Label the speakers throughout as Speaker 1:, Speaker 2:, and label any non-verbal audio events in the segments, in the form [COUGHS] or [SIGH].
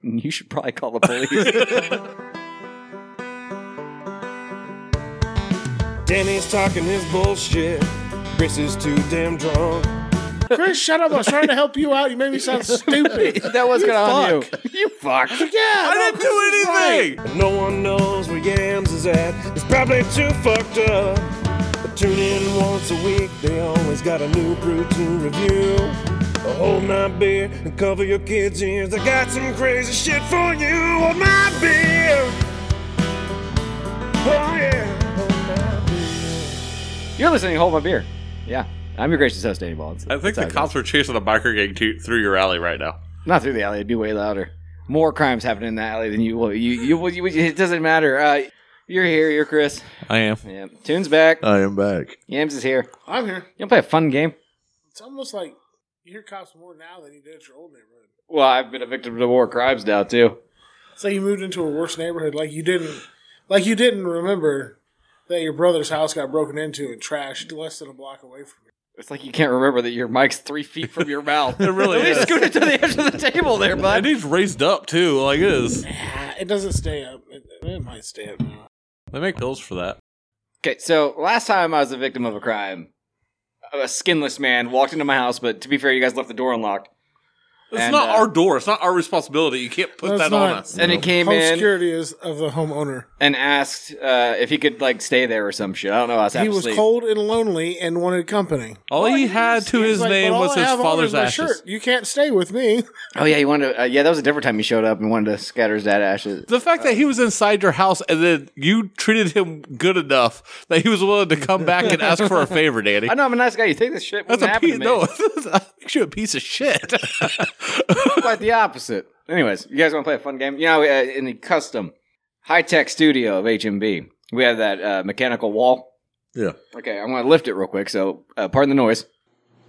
Speaker 1: [LAUGHS] you should probably call the police.
Speaker 2: Danny's talking his bullshit. Chris is too damn drunk.
Speaker 3: Chris, shut up. I was trying to help you out. You made me
Speaker 4: [LAUGHS]
Speaker 3: sound stupid.
Speaker 4: [LAUGHS] That was good on you.
Speaker 1: you fuck.
Speaker 3: Yeah.
Speaker 4: I didn't do anything.
Speaker 2: No one knows where Yams is at. It's probably too fucked up. But tune in once a week. They always got a new brew to review. A whole nine beer and cover your kids' ears. I got some crazy shit for you. Hold my beer. Oh yeah. Hold my beer.
Speaker 1: You're listening to Hold My Beer. Yeah. I'm your gracious host, Danny Ball. It's-
Speaker 4: I think
Speaker 1: it's
Speaker 4: the
Speaker 1: how it
Speaker 4: cops are chasing a biker gang to, through your alley right now.
Speaker 1: goes. Not through the alley. It'd be way louder. More crimes happen in the alley than you will. You, you, will- you, it doesn't matter. Uh, you're here. You're Chris.
Speaker 4: I am.
Speaker 1: Yeah. Tune's back.
Speaker 5: I am back.
Speaker 1: Yams is here.
Speaker 3: I'm here.
Speaker 1: You want to play a fun game?
Speaker 3: It's almost like you hear cops more now than you did at your old neighborhood.
Speaker 1: Well, I've been a victim to war crimes now, too.
Speaker 3: It's like you moved into a worse neighborhood. Like you didn't, like you didn't remember that your brother's house got broken into and trashed less than a block away from you.
Speaker 1: It's like you can't remember that your mic's three feet from your mouth.
Speaker 4: [LAUGHS] It really
Speaker 1: Let me
Speaker 4: is.
Speaker 1: scoot it to the edge of the table there,
Speaker 4: And
Speaker 1: bud.
Speaker 4: he's raised up too, like it is.
Speaker 3: Ah, It doesn't stay up. It, it might stay up now.
Speaker 4: They make pills for that.
Speaker 1: Okay, so last time I was a victim of a crime, a skinless man walked into my house, but to be fair, you guys left the door unlocked.
Speaker 4: It's
Speaker 1: And,
Speaker 4: not
Speaker 1: uh,
Speaker 4: our door. It's not our responsibility. You can't put
Speaker 3: No, it's
Speaker 4: that on
Speaker 3: not.
Speaker 4: us.
Speaker 1: And it came
Speaker 3: Home
Speaker 1: in
Speaker 3: security is of the homeowner.
Speaker 1: and asked uh, if he could like stay there or some shit. I don't know. I was half
Speaker 3: He was
Speaker 1: asleep.
Speaker 3: cold and lonely and wanted company.
Speaker 4: All he had to his
Speaker 3: He's like,
Speaker 4: name
Speaker 3: "But all
Speaker 4: was
Speaker 3: I
Speaker 4: his
Speaker 3: have on
Speaker 4: father's
Speaker 3: is my
Speaker 4: ashes.
Speaker 3: shirt. You can't stay with me. [LAUGHS]
Speaker 1: Oh yeah, he wanted. To, uh, yeah, that was a different time he showed up and wanted to scatter his dad ashes.
Speaker 4: The fact that he was inside your house and then you treated him good enough that he was willing to come back and ask for a favor,
Speaker 1: [LAUGHS]
Speaker 4: Danny.
Speaker 1: I know I'm a nice guy. You think this shit
Speaker 4: That's
Speaker 1: wouldn't
Speaker 4: a
Speaker 1: happen to
Speaker 4: piece.
Speaker 1: me?
Speaker 4: No, [LAUGHS] that makes you a piece of shit.
Speaker 1: quite the opposite. Anyways, you guys want to play a fun game? You know, uh, in the custom high tech studio of HMB, we have that uh, mechanical wall.
Speaker 5: Yeah.
Speaker 1: Okay, I'm going to lift it real quick. So, uh, pardon the noise.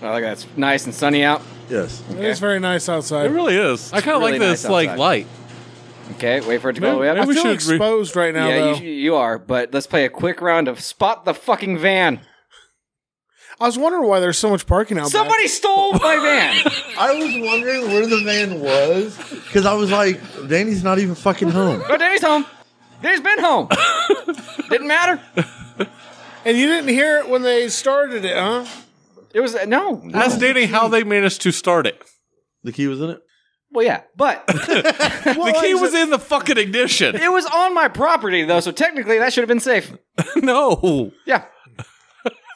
Speaker 1: I like that. It's nice and sunny out.
Speaker 5: Yes.
Speaker 3: It's very nice outside.
Speaker 4: it really is. I kind of
Speaker 1: really
Speaker 4: like this
Speaker 1: nice
Speaker 4: like
Speaker 1: outside.
Speaker 4: light.
Speaker 1: Okay, wait for it to go all the way
Speaker 3: I
Speaker 1: up.
Speaker 4: we
Speaker 3: feel
Speaker 4: should re-
Speaker 3: exposed right now,
Speaker 1: Yeah,
Speaker 3: though.
Speaker 1: you, you are. But let's play a quick round of spot the fucking van.
Speaker 3: I was wondering why there's so much parking out back.
Speaker 1: Somebody stole my van.
Speaker 5: I was wondering where the van was because I was like, Danny's not even fucking home.
Speaker 1: Oh, Danny's home. Danny's been home. Didn't matter.
Speaker 3: And you didn't hear it when they started it, huh?
Speaker 1: It was uh, no. no.
Speaker 4: Ask Danny how they managed to start it.
Speaker 5: The key was in it.
Speaker 1: Well, yeah, but
Speaker 4: The key was in the fucking
Speaker 1: [LAUGHS]
Speaker 4: ignition.
Speaker 1: it was on my property though, so technically that should have been safe.
Speaker 4: No.
Speaker 5: [LAUGHS]
Speaker 1: Yeah.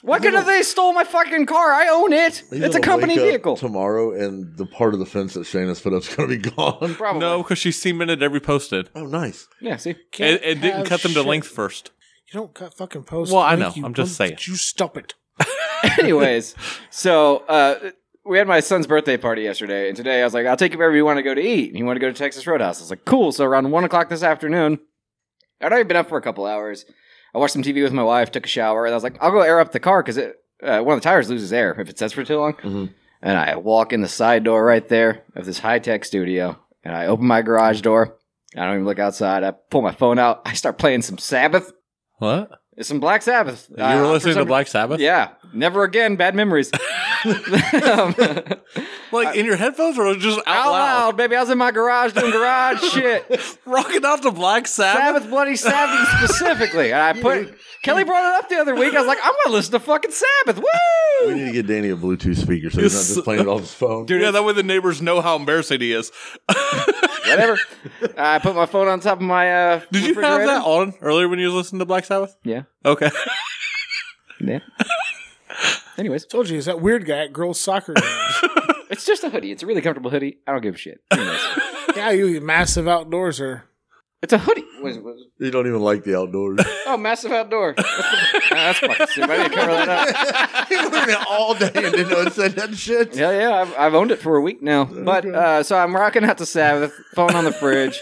Speaker 1: Why couldn't they stole my fucking car? I own it.
Speaker 5: He's
Speaker 1: it's a
Speaker 5: gonna
Speaker 1: company
Speaker 5: wake up
Speaker 1: vehicle.
Speaker 5: Tomorrow, and the part of the fence that Shane has put up is going to be gone.
Speaker 1: Probably.
Speaker 4: No, because she cemented every posted.
Speaker 5: Oh, nice.
Speaker 1: Yeah. See.
Speaker 4: It, it didn't
Speaker 3: have
Speaker 4: cut them to
Speaker 3: shit.
Speaker 4: length first.
Speaker 3: You don't cut fucking posts.
Speaker 4: Well, I
Speaker 3: Nick,
Speaker 4: know.
Speaker 3: you
Speaker 4: I'm just
Speaker 3: punk.
Speaker 4: saying.
Speaker 3: You stop it.
Speaker 1: [LAUGHS] Anyways, so uh, we had my son's birthday party yesterday, and today I was like, "I'll take you wherever you want to go to eat." And he wanted to go to Texas Roadhouse. I was like, "Cool." So around one o'clock this afternoon, I'd already been up for a couple hours. I watched some TV with my wife, took a shower, and I was like, "I'll go air up the car because uh, one of the tires loses air if it sits for too long."
Speaker 4: Mm-hmm.
Speaker 5: Mhm.
Speaker 1: And I walk in the side door right there of this high tech studio, and I open my garage door. I don't even look outside. I pull my phone out. I start playing some Sabbath.
Speaker 4: What?
Speaker 1: It's some Black Sabbath.
Speaker 4: You were listening to
Speaker 1: Black.
Speaker 4: Black Sabbath?
Speaker 1: Uh, Yeah, never again. Bad [LAUGHS] memories. Um, out,
Speaker 4: Like in your headphones or just out, loud?
Speaker 1: loud, baby. I was in my garage doing [LAUGHS] garage shit.
Speaker 4: [LAUGHS] Rocking out to Black Sabbath?
Speaker 1: Sabbath, bloody Sabbath specifically. And I put Kelly brought it up the other week. I was like, I'm gonna listen to fucking Sabbath.
Speaker 5: We
Speaker 1: Woo!
Speaker 5: need to get Danny a Bluetooth speaker so he's not just playing it on his phone.
Speaker 4: Dude, yeah, that way the neighbors know how embarrassing he is.
Speaker 1: [LAUGHS] Whatever. I put my phone on top of my. Uh,
Speaker 4: Did you have
Speaker 1: refrigerator.
Speaker 4: that on earlier when you was listening to Black Sabbath?
Speaker 1: Yeah.
Speaker 4: [LAUGHS] Okay.
Speaker 1: [LAUGHS] Yeah. Anyways,
Speaker 3: Told you, it's that weird guy at girls' soccer. [LAUGHS] games.
Speaker 1: it's just a hoodie. It's a really comfortable hoodie. I don't give a shit. Anyways,
Speaker 3: yeah, you, you massive outdoorser.
Speaker 1: it's a hoodie. What is it? What is it?
Speaker 5: You don't even like the [LAUGHS] outdoors.
Speaker 1: Oh, massive outdoor. That's, the, Ah, that's fucking stupid. I need to cover that up.
Speaker 5: he was in it all day and didn't know it said that shit.
Speaker 1: Yeah, yeah, I've, I've owned it for a week now. But uh, so I'm rocking out to Sabbath, phone on the fridge.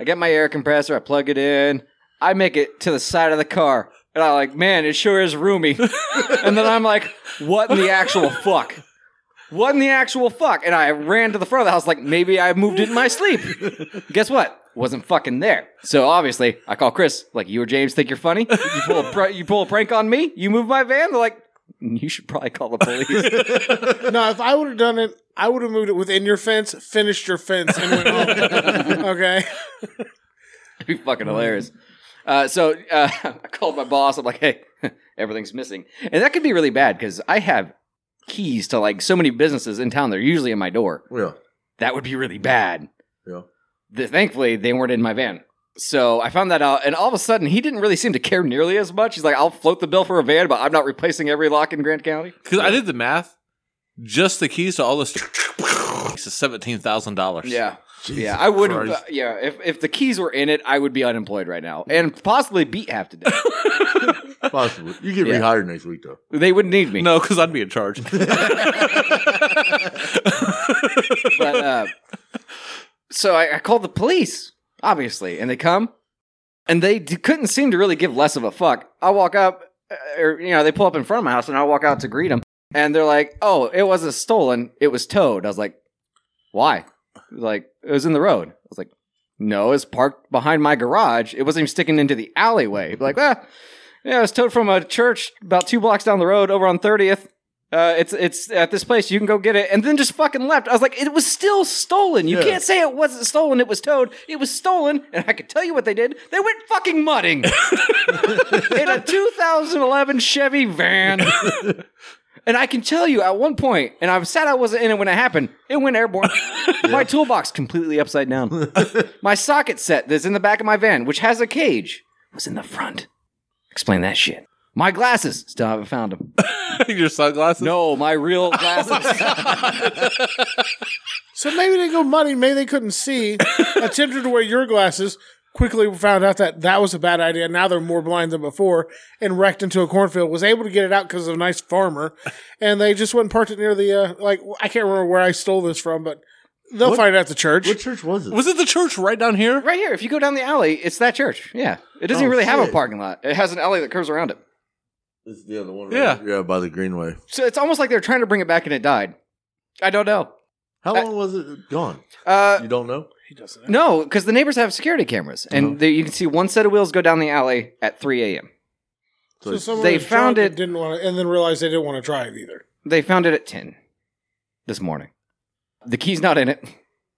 Speaker 1: I get my air compressor, I plug it in, I make it to the side of the car, and I'm like, man, it sure is roomy. and then I'm like, what in the actual fuck? What in the actual fuck? And I ran to the front of the house, like maybe I moved it in my sleep. Guess what? Wasn't fucking there. So obviously, I call Chris. Like you or James think you're funny? You pull a pr- you pull a prank on me? You move my van? They're like, You should probably call the police.
Speaker 3: No, if I would have done it, I would have moved it within your fence, finished your fence, and went home. [LAUGHS] okay.
Speaker 1: It'd be fucking hilarious. Uh, so uh, [LAUGHS] I called my boss. I'm like, hey, [LAUGHS] everything's missing, and that could be really bad because I have keys to like so many businesses in town. They're usually in my door.
Speaker 5: Yeah.
Speaker 1: That would be really bad.
Speaker 5: Yeah.
Speaker 1: The, thankfully, they weren't in my van. So I found that out, and all of a sudden, he didn't really seem to care nearly as much. He's like, I'll float the bill for a van, but I'm not replacing every lock in Grant County.
Speaker 4: Because I did the math. Just the keys to all this [LAUGHS] is seventeen thousand dollars.
Speaker 1: Yeah. yeah, I would.
Speaker 4: Christ.
Speaker 1: Uh, yeah, if, if the keys were in it, I would be unemployed right now and possibly beat half to death.
Speaker 5: Possibly. You get
Speaker 1: Yeah.
Speaker 5: rehired next week, though.
Speaker 1: they would need me.
Speaker 4: No, because I'd be in [LAUGHS] charge.
Speaker 1: but uh, so I, I called the police, obviously, and they come, and they d- couldn't seem to really give less of a fuck. I walk up, uh, or you know, they pull up in front of my house, and I walk out to greet them, and they're like, "Oh, it wasn't stolen; it was towed." I was like, "Why?" Like it was in the road. I was like, "No, it's parked behind my garage. It wasn't even sticking into the alleyway." Like, ah, yeah, it was towed from a church about two blocks down the road, over on Thirtieth. Uh, it's it's at this place. You can go get it, and then just fucking left. I was like, it was still stolen. You
Speaker 5: Yeah.
Speaker 1: can't say it wasn't stolen. It was towed. It was stolen, and I could tell you what they did. They went fucking mudding in a 2011 Chevy van. And I can tell you at one point, and I'm sad I wasn't in it when it happened. It went airborne. My toolbox completely upside down. my socket set that's in the back of my van, which has a cage, was in the front. Explain that shit. My glasses still haven't found them.
Speaker 4: Your sunglasses.
Speaker 1: No, my real glasses.
Speaker 3: So maybe they go money. Maybe they
Speaker 1: [COUGHS]
Speaker 3: couldn't see. Attempted to wear your glasses. Quickly found out that that was a bad idea. Now they're more blind than before, and wrecked into a cornfield. Was able to get it out because of a nice farmer, and they just went and parked it near the uh, like I can't remember where I stole this from, but they'll
Speaker 5: What-
Speaker 3: find it at the church.
Speaker 5: What church was it?
Speaker 4: Was it the church right down here?
Speaker 1: [LAUGHS] right here, if you go down the alley, it's that church. Yeah. It doesn't
Speaker 5: Oh,
Speaker 1: really have a
Speaker 5: shit.
Speaker 1: parking lot. It has an alley that curves around it.
Speaker 5: It's the other one.
Speaker 4: Yeah.
Speaker 5: Yeah, by the Greenway.
Speaker 1: So it's almost like they're trying to bring it back and it died. I don't know.
Speaker 5: How
Speaker 1: I-
Speaker 5: long was it gone?
Speaker 1: Uh,
Speaker 5: You don't know?
Speaker 3: he doesn't.
Speaker 1: No, because the neighbors have security cameras, and
Speaker 5: Uh-huh.
Speaker 1: they- you can see one set of wheels go down the alley at 3 a.m.
Speaker 3: So
Speaker 5: So it's-
Speaker 3: someone
Speaker 1: they
Speaker 3: was
Speaker 1: found
Speaker 3: drunk and
Speaker 1: it-
Speaker 3: didn't want to, and then realized they didn't want to drive either.
Speaker 1: They found it at 10 this morning. The key's not in it,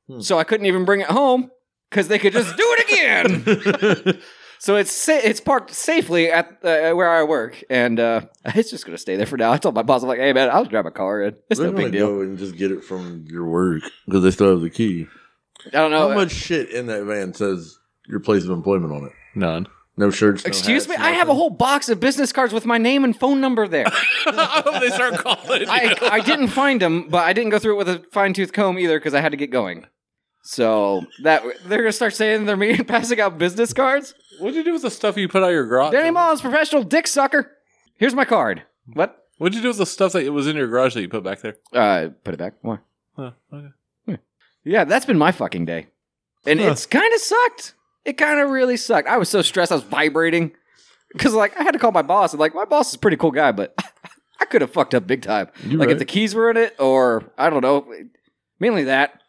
Speaker 5: Hmm.
Speaker 1: so I couldn't even bring it home because they could just do it again.
Speaker 5: [LAUGHS]
Speaker 1: So it's sa- it's parked safely at uh, where I work, and uh, [LAUGHS] it's just gonna stay there for now. I told my boss, I'm like, "Hey man, I'll drive a car in. It's
Speaker 5: They're
Speaker 1: no big
Speaker 5: gonna
Speaker 1: deal.
Speaker 5: go and just get it from your work because they still have the key.
Speaker 1: I don't know."
Speaker 5: How much shit in that van says your place of employment on it?
Speaker 4: None.
Speaker 5: No shirts.
Speaker 1: Uh,
Speaker 5: no
Speaker 1: Excuse me,
Speaker 5: hats,
Speaker 1: I have a
Speaker 5: nothing.
Speaker 1: whole box of business cards with my name and phone number
Speaker 5: [LAUGHS]
Speaker 1: there.
Speaker 5: Oh
Speaker 4: [LAUGHS] I hope they start calling.
Speaker 1: I, I didn't find them, but I didn't go through it with a fine tooth comb either because I had to get going. So that they're gonna start saying they're me [LAUGHS] passing out business cards.
Speaker 4: What'd you do with the stuff you put out your garage?
Speaker 1: Danny Mullins, professional dick sucker. Here's my card. What?
Speaker 4: What'd you do with the stuff that was in your garage that you put back there?
Speaker 1: Uh, put it back. Why?
Speaker 4: Huh, okay.
Speaker 1: Yeah, that's been my fucking day, and it's kind of sucked. It kind of really sucked. I was so stressed. I was vibrating because like I had to call my boss. And like my boss is a pretty cool guy, but [LAUGHS] I could have fucked up big time.
Speaker 5: You
Speaker 1: like if
Speaker 5: right.
Speaker 1: the keys were in it, or I don't know, mainly that,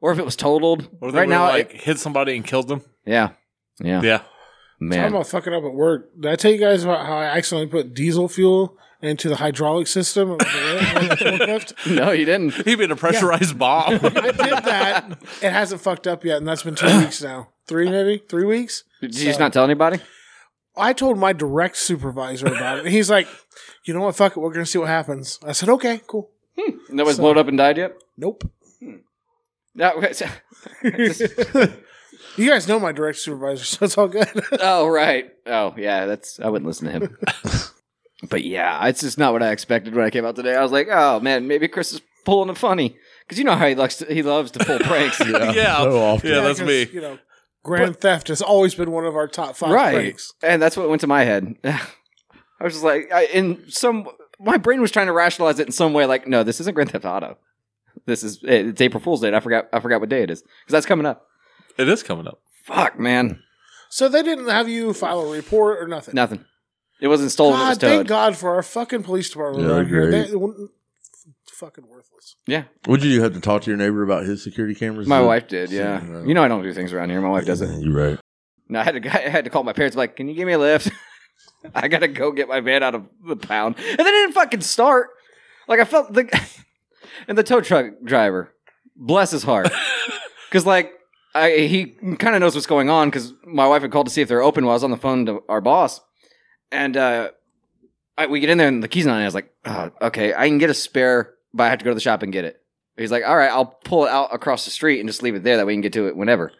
Speaker 1: or if it was totaled.
Speaker 4: Or they
Speaker 1: Right now, it-
Speaker 4: like hit somebody and killed them.
Speaker 1: Yeah. Yeah.
Speaker 4: Yeah. [LAUGHS]
Speaker 1: Man.
Speaker 3: Talking about fucking up at work. Did I tell you guys about how I accidentally put diesel fuel into the hydraulic system [LAUGHS] of the forklift?
Speaker 1: [LAUGHS] no, you didn't.
Speaker 4: He'd been a pressurized
Speaker 1: [LAUGHS]
Speaker 4: bomb.
Speaker 3: I did that. It hasn't fucked up yet, and that's been two weeks now. Three maybe? Three weeks?
Speaker 1: Did you just not tell anybody?
Speaker 3: I told my direct supervisor about it. And he's like, you know what, fuck it, we're gonna see what happens. I said, Okay, cool.
Speaker 1: Nobody's blown up and died yet?
Speaker 3: Nope. [LAUGHS]
Speaker 1: No, okay, so-
Speaker 3: You guys know my direct supervisor, so it's all good. [LAUGHS]
Speaker 1: oh, right. Oh, yeah. That's I wouldn't listen to him. but yeah, it's just not what I expected when I came out today. I was like, oh man, maybe Chris is pulling a funny because you know how he likes to, he loves to pull pranks.
Speaker 4: [LAUGHS] yeah.
Speaker 5: [LAUGHS] so often.
Speaker 4: Yeah, that's
Speaker 3: 'cause,
Speaker 4: me.
Speaker 3: You know, Grand Theft has always been one of our top five
Speaker 1: right.
Speaker 3: breaks.
Speaker 1: And that's what went to my head. [LAUGHS] I was just like, I, in some, my brain was trying to rationalize it in some way. Like, no, this isn't Grand Theft Auto. This is eh, it's April Fool's Day. And I forgot, I forgot what day it is because that's coming up.
Speaker 4: It is coming up.
Speaker 1: Fuck, man,
Speaker 3: So they didn't have you file a report or nothing.
Speaker 1: nothing. It wasn't stolen. it was
Speaker 3: God, thank
Speaker 1: towed.
Speaker 3: God for our fucking police department
Speaker 5: Yeah,
Speaker 3: right here.
Speaker 5: great.
Speaker 3: They, they wouldn't- fucking worthless.
Speaker 1: Yeah,
Speaker 5: Would you have to talk to your neighbor about his security cameras?
Speaker 1: my
Speaker 5: Is it-
Speaker 1: wife did. Yeah,
Speaker 5: Yeah, no.
Speaker 1: you know I don't do things around here. My wife does it.
Speaker 5: You're right.
Speaker 1: No, I had to, I had to call my parents. Like, can you give me a lift? I gotta go get my van out of the pound. And they didn't fucking start. Like I felt the [LAUGHS] and the tow truck driver, bless his
Speaker 4: [LAUGHS]
Speaker 1: heart, because like I he kind of knows what's going on because my wife had called to see if they're open while I was on the phone to our boss, and uh, I, we get in there and the key's not. in. I was like, oh, okay, I can get a spare, but I have to go to the shop and get it. He's like, all right, I'll pull it out across the street and just leave it there. That way you can get to it whenever.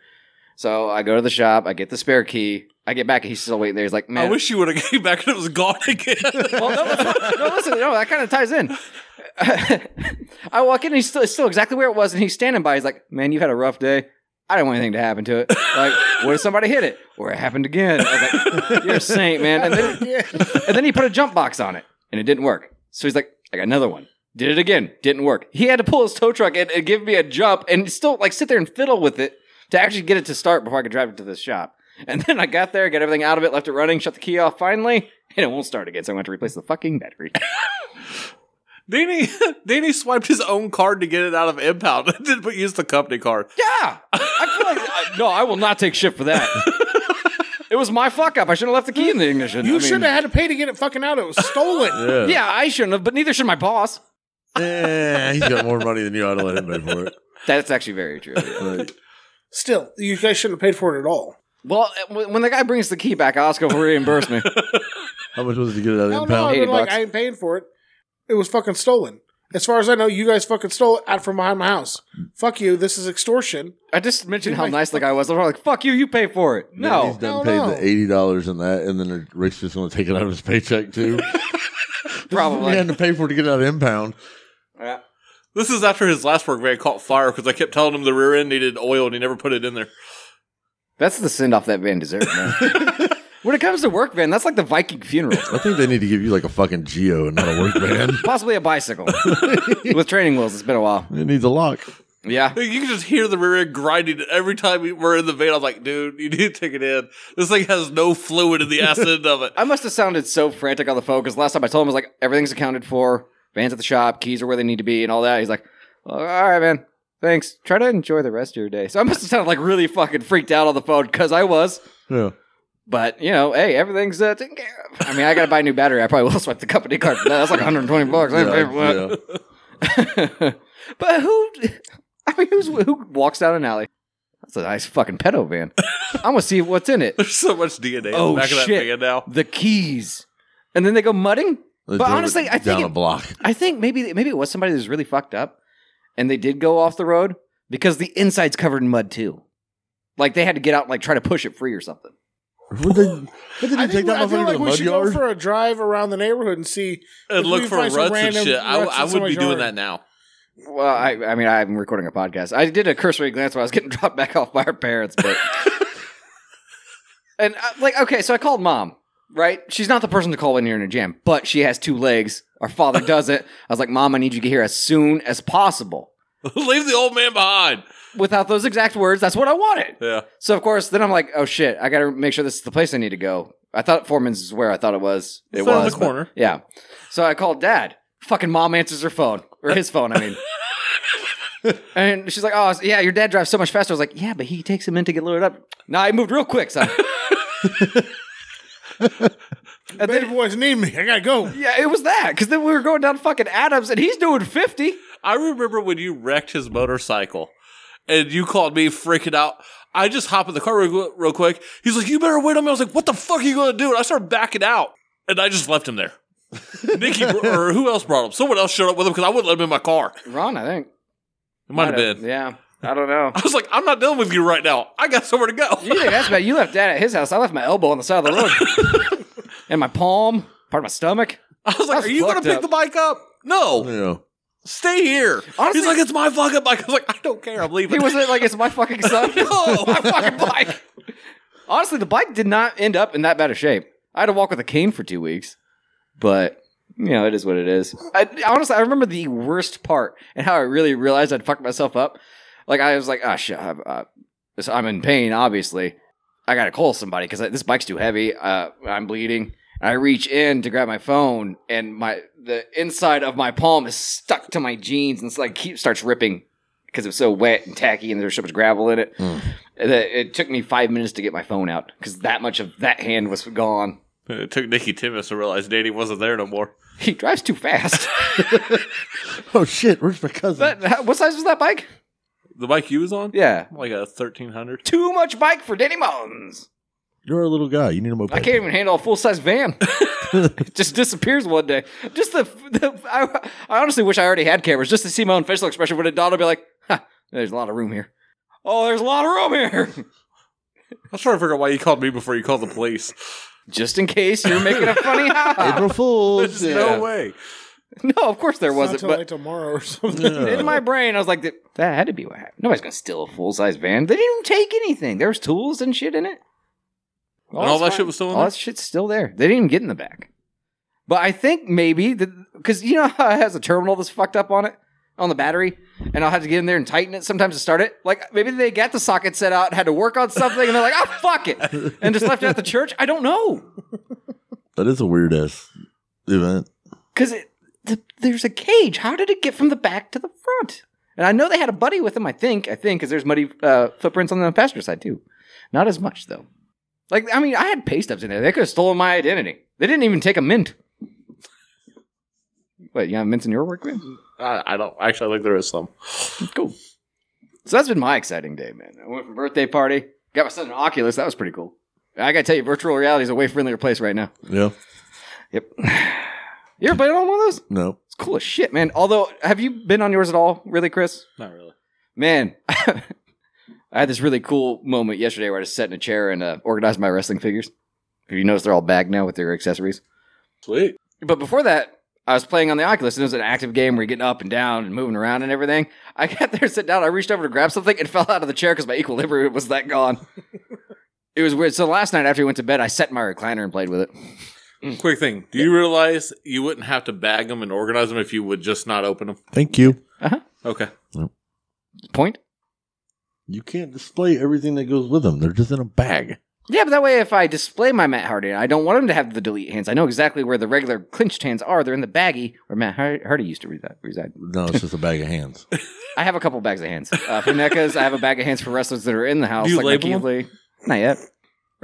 Speaker 1: So I go to the shop, I get the spare key, I get back, and he's still waiting there. He's like, man,
Speaker 4: I wish you would have [LAUGHS] came back and it was gone
Speaker 1: [LAUGHS]
Speaker 4: again.
Speaker 1: well, no, no, listen, no, that kind of ties in. [LAUGHS] I walk in and he's still, it's still exactly where it was, and he's standing by. He's like, "Man, you had a rough day. I didn't want anything to happen to it. Like, what if somebody hit it or it happened again?" I was like, "You're a saint, man." And then, and then he put a jump box on it, and it didn't work. So he's like, "I got another one." Did it again? Didn't work. He had to pull his tow truck and, and give me a jump, and still like sit there and fiddle with it to actually get it to start before I could drive it to the shop. And then I got there, got everything out of it, left it running, shut the key off finally, and it won't start again. So I'm going to replace the fucking
Speaker 3: [LAUGHS]
Speaker 1: battery.
Speaker 4: Danny, [LAUGHS] Danny swiped his own card to get it out of impound, [LAUGHS] but used the company card.
Speaker 1: Yeah, I feel like I- no, I will not take shit for
Speaker 3: [LAUGHS]
Speaker 1: that. it was my fuck up. I should have left the key in the ignition. I
Speaker 3: You
Speaker 1: mean-
Speaker 3: should have had to pay to get it fucking out. It was
Speaker 5: [LAUGHS]
Speaker 3: stolen.
Speaker 5: Yeah.
Speaker 1: [LAUGHS] Yeah, I shouldn't have, but neither should my boss.
Speaker 5: Eh, he's got more money than you. I don't let him pay for it.
Speaker 1: That's actually very
Speaker 3: [LAUGHS]
Speaker 1: true. yeah.
Speaker 5: Like,
Speaker 3: Still, you guys shouldn't have paid for it at all.
Speaker 1: well, uh, w- when the guy brings the key back, I ask him to reimburse me.
Speaker 5: how much was it to get it out of
Speaker 3: Hell no,
Speaker 5: impound?
Speaker 3: I'd
Speaker 1: 80
Speaker 3: been like,
Speaker 1: bucks.
Speaker 3: I ain't paying for it. It was fucking stolen. As far as I know, you guys fucking stole it out from behind my house. Fuck you. This is extortion.
Speaker 1: I just mentioned how nice the guy was. I'm like, fuck you, you pay for it.
Speaker 5: Man,
Speaker 1: No.
Speaker 5: he's done
Speaker 3: Hell
Speaker 5: paid
Speaker 3: no.
Speaker 5: the eighty dollars in that, and then the Rick's just going to take it out of his paycheck too. he
Speaker 1: [LAUGHS] Probably.
Speaker 5: had to pay for it to get it out of impound.
Speaker 1: Yeah.
Speaker 4: This is after his last work van caught fire because I kept telling him the rear end needed oil and he never put it in there.
Speaker 1: That's the send off that van deserved, [LAUGHS] man. when it comes to work van, that's like the Viking funeral.
Speaker 5: I think they need to give you like a fucking Geo and not a work van.
Speaker 1: Possibly a [LAUGHS] bicycle with training wheels. It's been a while.
Speaker 5: it needs a lock.
Speaker 1: Yeah.
Speaker 4: You can just hear the rear end grinding every time we were in the van. I'm like, dude, you need to take it in. This thing has no fluid in
Speaker 3: [LAUGHS]
Speaker 4: the ass end of it.
Speaker 1: I must have sounded so frantic on the phone because last time I told him I was like, everything's accounted for, vans at the shop, keys are where they need to be, and all that. He's like, all right, man, thanks. Try to enjoy the rest of your day. So I must have sounded like really fucking freaked out on the phone because I was.
Speaker 5: Yeah.
Speaker 1: But you know, hey, everything's uh, taken care of. I mean, I gotta buy a new battery. I probably will swipe the company card for that. That's like 120 bucks. I ain't paying for that.
Speaker 5: Yeah,
Speaker 1: [LAUGHS] but who? I mean, who's, who walks down an alley? That's a nice fucking pedo van. I'm gonna see what's in it.
Speaker 4: There's so much DNA in
Speaker 1: Oh,
Speaker 4: the back of that
Speaker 1: shit.
Speaker 4: van now.
Speaker 1: The keys, and then they go mudding.
Speaker 5: They
Speaker 1: But
Speaker 5: drove it
Speaker 1: honestly, I think
Speaker 5: down
Speaker 1: it-
Speaker 5: a block.
Speaker 1: I think maybe maybe it was somebody that was really fucked up, and they did go off the road because the inside's covered in mud too. Like they had to get out and like try to push it free or something.
Speaker 5: Would [LAUGHS] they, would they
Speaker 3: I,
Speaker 5: take
Speaker 3: think,
Speaker 5: that
Speaker 3: I
Speaker 5: motherfucker
Speaker 3: feel
Speaker 5: to
Speaker 3: like
Speaker 5: the
Speaker 3: we
Speaker 5: mud
Speaker 3: should go
Speaker 5: yard?
Speaker 3: for a drive around the neighborhood and see.
Speaker 4: And
Speaker 3: if we
Speaker 4: look
Speaker 3: can
Speaker 4: for
Speaker 3: find
Speaker 4: ruts
Speaker 3: some
Speaker 4: and
Speaker 3: random
Speaker 4: shit. I,
Speaker 3: ruts in
Speaker 4: I would be
Speaker 3: somebody's
Speaker 4: doing
Speaker 3: yard.
Speaker 4: that now. [LAUGHS]
Speaker 1: Well, I, I mean, I'm recording a podcast. I did a cursory glance while I was getting [LAUGHS] dropped back off by our parents, but and I, like, okay, so I called mom. Right, she's not the person to call when you're in a jam, but she has two legs. Our father doesn't. I was like, Mom, I need you to get here as soon as possible.
Speaker 4: Leave the old man behind.
Speaker 1: Without those exact words, that's what I wanted.
Speaker 4: Yeah.
Speaker 1: So of course, then I'm like, oh shit, I gotta make sure this is the place I need to go. I thought Foreman's is where I thought it was. It
Speaker 4: It's
Speaker 1: was
Speaker 4: around the
Speaker 1: but-
Speaker 4: corner.
Speaker 1: yeah. So I called Dad. Fucking mom answers her phone or his phone. I
Speaker 4: [LAUGHS]
Speaker 1: mean. And she's like, "Oh, yeah, your dad drives so much faster." I was like, "Yeah, but he takes him in to get loaded up." No, I moved real quick,
Speaker 4: [LAUGHS]
Speaker 1: son. and
Speaker 3: Baby
Speaker 1: then,
Speaker 3: boys need me. I gotta go.
Speaker 1: yeah, it was that because then we were going down fucking Adams, and he's doing fifty.
Speaker 4: I remember when you wrecked his motorcycle and you called me freaking out. I just hop in the car real, real quick. He's like, You better wait on me. I was like, What the fuck are you going to do? And I started backing out and I just left him there. [LAUGHS] Nikki br- or who else brought him? Someone else showed up with him because I wouldn't let him in my car.
Speaker 1: Ron, I think
Speaker 4: It might have been.
Speaker 1: Yeah, I don't know.
Speaker 4: [LAUGHS]
Speaker 1: [LAUGHS]
Speaker 4: I was like, I'm not dealing with you right now. I got somewhere to go.
Speaker 1: You think that's bad? You left dad at his house. I left my elbow on the side of the road.
Speaker 4: [LAUGHS]
Speaker 1: and my palm, part of my stomach.
Speaker 4: [LAUGHS] I was like,
Speaker 1: That's
Speaker 4: Are you going
Speaker 1: fucked
Speaker 4: to pick
Speaker 1: up.
Speaker 4: the bike up? No,
Speaker 5: Yeah.
Speaker 4: stay here.
Speaker 1: Honestly-
Speaker 4: He's like, It's my fucking bike. I was like, I don't care. I'm
Speaker 1: He
Speaker 4: leaving.
Speaker 1: wasn't like, it's my fucking son. [LAUGHS]
Speaker 4: No.
Speaker 1: my fucking bike. Honestly, the bike did not end up in that bad of shape. I had to walk with a cane for two weeks, but you know it is what it is. I, honestly, I remember the worst part and how I really realized I'd fucked myself up. Like I was like, ah, shit, I'm, uh, this- I'm in pain. Obviously, I gotta call somebody because this bike's too heavy. Uh, I'm bleeding. I reach in to grab my phone, and my the inside of my palm is stuck to my jeans, and it's like keep starts ripping because it was so wet and tacky, and there's so much gravel in it. that It took me five minutes to get my phone out because that much of that hand was gone.
Speaker 4: [LAUGHS] It took Nikki Timmis to realize Danny wasn't there no more.
Speaker 1: He drives too [LAUGHS] fast.
Speaker 5: Oh shit, where's my cousin?
Speaker 1: that, how- what size was that bike?
Speaker 4: The bike you was on?
Speaker 1: Yeah.
Speaker 4: Like a 1300.
Speaker 1: Too much bike for Danny Mullins.
Speaker 5: You're a little guy. You need a moped.
Speaker 1: I can't even handle a full size [LAUGHS] van. it just disappears one day. Just the, the I, I honestly wish I already had cameras just to see my own facial expression when it dawned. I'd be like, ha, there's a lot of room here. Oh, there's a lot of room here.
Speaker 4: I was trying to figure out why you called me before you called the police.
Speaker 1: [LAUGHS]
Speaker 4: [LAUGHS]
Speaker 1: just in case you're making a [LAUGHS] funny ha.
Speaker 5: April Fools.
Speaker 4: There's no way.
Speaker 1: no, of course there wasn't.
Speaker 3: until
Speaker 1: But
Speaker 3: like tomorrow or [LAUGHS] something.
Speaker 1: in my brain, I was like, that that had to be what happened. Nobody's gonna steal a full size van. They didn't even take anything. There was tools and shit in it.
Speaker 4: and all that
Speaker 1: that's
Speaker 4: shit
Speaker 1: fine.
Speaker 4: was still in
Speaker 1: All
Speaker 4: there?
Speaker 1: that shit's still there. They didn't even get in the back. But I think maybe because you know how it has a terminal that's fucked up on it on the battery, and I'll have to get in there and tighten it sometimes to start it. Like maybe they got the socket set out, and had to work on something, and they're like, "Oh fuck it," and just left it at the church. I don't know
Speaker 5: That is a weird ass event.
Speaker 1: because the, there's a cage. How did it get from the back to the front? And I know they had a buddy with them. I think. I think because there's muddy uh, footprints on the passenger side too. Not as much though. Like I mean, I had pay stubs in there. They could have stolen my identity. They didn't even take a mint. What you have mints in your work, man?
Speaker 4: I, I don't. Actually, I think there is some.
Speaker 1: Cool. So that's been my exciting day, man. I went from birthday party, got my son an Oculus. That was pretty cool. I gotta tell you, virtual reality is a way friendlier place right now.
Speaker 5: Yeah.
Speaker 1: Yep. [SIGHS] You ever played on one of those?
Speaker 5: No.
Speaker 1: It's cool as shit, man. Although, have you been on yours at all, really, Chris?
Speaker 4: Not really.
Speaker 1: Man, [LAUGHS] I had this really cool moment yesterday where I just sat in a chair and uh, organized my wrestling figures. If you notice, they're all bagged now with their accessories.
Speaker 4: Sweet.
Speaker 1: But before that, I was playing on the Oculus, and it was an active game where you're getting up and down and moving around and everything. I got there, sit down, I reached over to grab something and [LAUGHS] fell out of the chair because my equilibrium was that
Speaker 4: [LAUGHS]
Speaker 1: gone. it was weird. So last night after we went to bed, I set my recliner and played with it.
Speaker 4: Quick thing. Do you realize you wouldn't have to bag them and organize them if you would just not open them?
Speaker 5: Thank you.
Speaker 4: Okay.
Speaker 1: Point.
Speaker 5: You can't display everything that goes with them. They're just in a bag.
Speaker 1: Yeah, but that way, if I display my Matt Hardy, I don't want him to have the delete hands. I know exactly where the regular clenched hands are. They're in the baggie where Matt Har- Hardy used to reside- reside.
Speaker 5: No, it's just a bag
Speaker 1: [LAUGHS]
Speaker 5: of hands.
Speaker 1: I have a couple bags of hands uh, for NECAs. I have a bag of hands for wrestlers that are in the house.
Speaker 4: Do you
Speaker 1: like
Speaker 4: label
Speaker 1: Keith Lee. Not yet.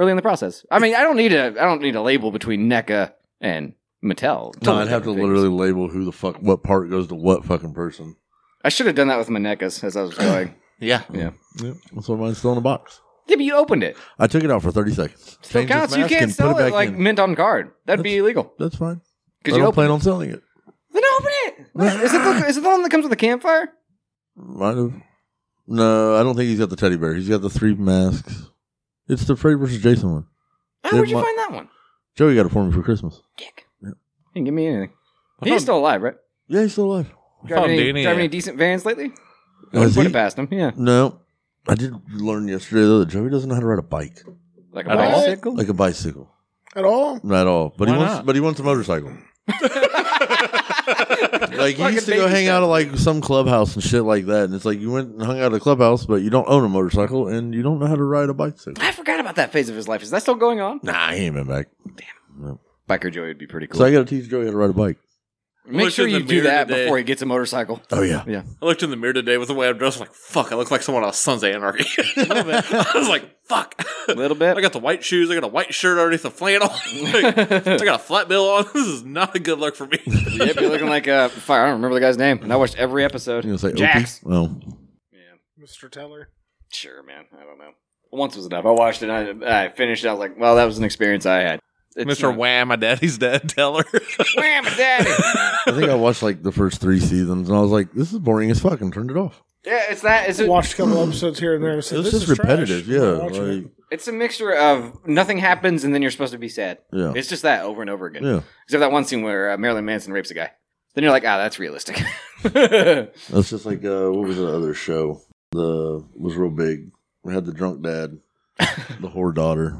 Speaker 1: Early in the process. I mean, I don't need a I don't need a label between NECA and Mattel.
Speaker 5: No,
Speaker 1: Totally
Speaker 5: I'd have to
Speaker 1: different things.
Speaker 5: literally label who the fuck, what part goes to what fucking person.
Speaker 1: I should have done that with my NECAs as I was going.
Speaker 4: Yeah.
Speaker 1: yeah.
Speaker 5: Yep. That's why mine's still in a box.
Speaker 1: Yeah, but you opened it.
Speaker 5: I took it out for 30 seconds.
Speaker 1: Still
Speaker 5: Changed its
Speaker 1: counts. You
Speaker 5: mask
Speaker 1: can't
Speaker 5: and put
Speaker 1: sell it
Speaker 5: back
Speaker 1: like
Speaker 5: in.
Speaker 1: mint on card. That'd be illegal.
Speaker 5: That's fine. I
Speaker 1: Because
Speaker 5: don't
Speaker 1: you open
Speaker 5: plan
Speaker 1: it.
Speaker 5: on selling it.
Speaker 1: Then open it. What? Is it, the, is it the one that comes with a campfire?
Speaker 5: Might have. No, I don't think he's got the teddy bear. He's got the three masks. It's the Freddy versus Jason one.
Speaker 1: How
Speaker 5: Then
Speaker 1: would you
Speaker 5: my-
Speaker 1: find that one?
Speaker 5: Joey got it for me for Christmas.
Speaker 1: Dick.
Speaker 5: Yep.
Speaker 1: He didn't give me anything.
Speaker 4: I
Speaker 1: He's
Speaker 4: thought,
Speaker 1: still alive, right?
Speaker 5: Yeah, he's still alive.
Speaker 1: Driving any,
Speaker 4: Danny- [LAUGHS] Oh,
Speaker 1: driving any decent vans lately? I
Speaker 5: Is
Speaker 1: would put
Speaker 5: he?
Speaker 1: it past him. Yeah,
Speaker 5: No, I did learn yesterday though that Joey doesn't know how to ride a bike,
Speaker 1: like a
Speaker 4: At all?
Speaker 1: bicycle.
Speaker 5: like a bicycle,
Speaker 3: At all?
Speaker 5: not at all. But he
Speaker 4: Why
Speaker 5: wants,
Speaker 4: not?
Speaker 5: but he wants a motorcycle. like he used to go hang out at like some clubhouse and shit like that, and it's like you went and hung out at a clubhouse, but you don't own a motorcycle and you don't know how to ride a bicycle.
Speaker 1: [LAUGHS] I forgot about that phase of his life. Is that still going on?
Speaker 5: Nah, he ain't been back.
Speaker 1: Biker Joey would be pretty cool.
Speaker 5: So I got to teach Joey how to ride a bike.
Speaker 1: Make
Speaker 4: Looked
Speaker 1: sure
Speaker 4: in the
Speaker 1: you do
Speaker 4: mirror
Speaker 1: that
Speaker 4: today.
Speaker 1: before he gets a motorcycle.
Speaker 5: Oh yeah,
Speaker 1: Yeah,
Speaker 4: I looked in the mirror today with the way I'm dressed. I'm like, fuck, I look like someone on Sons of Anarchy. [LAUGHS] I was like, fuck.
Speaker 1: a little bit.
Speaker 4: [LAUGHS] I got the white shoes. I got a white shirt underneath the flannel. [LAUGHS] Like, I got a flat bill on. [LAUGHS] This is not a good look for [LAUGHS] me.
Speaker 1: yep, you're looking like a fire. I don't remember the guy's name, and I watched every episode.
Speaker 5: you know, say
Speaker 1: Jax.
Speaker 5: Opie. Well,
Speaker 3: Mr. Teller.
Speaker 1: Sure, man. I don't know. Once was enough. I watched it. and I, I finished. it. I was like, well, that was an experience I had. It's
Speaker 4: Mr.
Speaker 1: not-
Speaker 4: Wham, my daddy's dead. [LAUGHS] Tell her.
Speaker 1: Wham,
Speaker 4: [LAUGHS]
Speaker 1: daddy.
Speaker 5: I think I watched like the first three seasons, and I was like, "This is boring as fuck," and turned it off.
Speaker 1: yeah, it's that. It's a,
Speaker 3: Watched a couple episodes here and there. And
Speaker 5: It
Speaker 3: said,
Speaker 5: was
Speaker 3: this
Speaker 5: just
Speaker 3: is trash.
Speaker 5: repetitive. Yeah,
Speaker 3: I'm watching it.
Speaker 5: like,
Speaker 1: it's a mixture of nothing happens and then you're supposed to be sad.
Speaker 5: yeah,
Speaker 1: It's just that over and over again.
Speaker 5: yeah.
Speaker 1: Except that one scene where uh, Marilyn Manson rapes a guy. Then you're like, ah, that's realistic. [LAUGHS] That's
Speaker 5: That's just like uh, what was the other show? The was real big. We had the drunk [LAUGHS] dad, the whore daughter.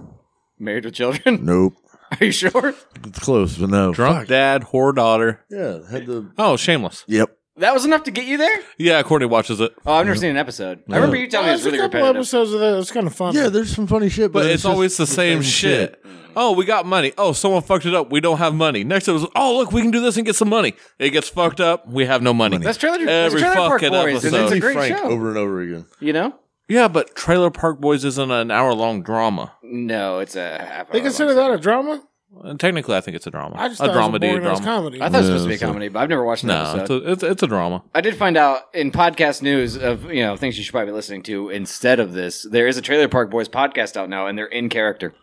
Speaker 1: Married with children?
Speaker 5: [LAUGHS] Nope,
Speaker 1: Are you sure?
Speaker 5: it's close, but no.
Speaker 4: Drunk dad, whore daughter.
Speaker 5: Yeah, had the.
Speaker 4: Oh, shameless.
Speaker 5: Yep.
Speaker 1: That was enough to get you there?
Speaker 4: Yeah, Courtney watches it.
Speaker 1: Oh, I've never seen an episode. I remember you telling me
Speaker 3: Well,
Speaker 1: it's
Speaker 3: there's
Speaker 1: really
Speaker 3: a couple
Speaker 1: repetitive.
Speaker 3: episodes of that. It's kind of fun.
Speaker 5: Yeah, there's some funny shit, but,
Speaker 4: But it's,
Speaker 5: just
Speaker 4: always the same, shit. Oh, we got money. Oh, someone fucked it up. We don't have money. Next it was, oh, look, we can do this and get some money. It gets fucked up. We have no money.
Speaker 1: That's Trailer, that's
Speaker 4: Every
Speaker 1: trailer Park
Speaker 4: fucking
Speaker 1: Boys, and it's a
Speaker 4: episode.
Speaker 1: great
Speaker 5: Frank
Speaker 1: show.
Speaker 5: over and over again.
Speaker 1: you know?
Speaker 4: yeah, but Trailer Park Boys isn't an hour long drama.
Speaker 1: No, it's a half
Speaker 3: They
Speaker 1: hour
Speaker 3: consider that
Speaker 1: long
Speaker 3: a drama?
Speaker 4: And technically, I think it's a drama.
Speaker 3: I just
Speaker 4: a
Speaker 3: thought it was
Speaker 4: dramedy,
Speaker 3: a
Speaker 4: a
Speaker 3: boring ass
Speaker 4: drama.
Speaker 3: comedy.
Speaker 1: I thought it was supposed to be a
Speaker 5: Yeah, so-
Speaker 1: comedy, but I've never watched an
Speaker 4: No,
Speaker 1: episode.
Speaker 4: it's a, it's, it's a drama.
Speaker 1: I did find out in podcast news of you know things you should probably be listening to instead of this. There is a Trailer Park Boys podcast out now, and they're in character.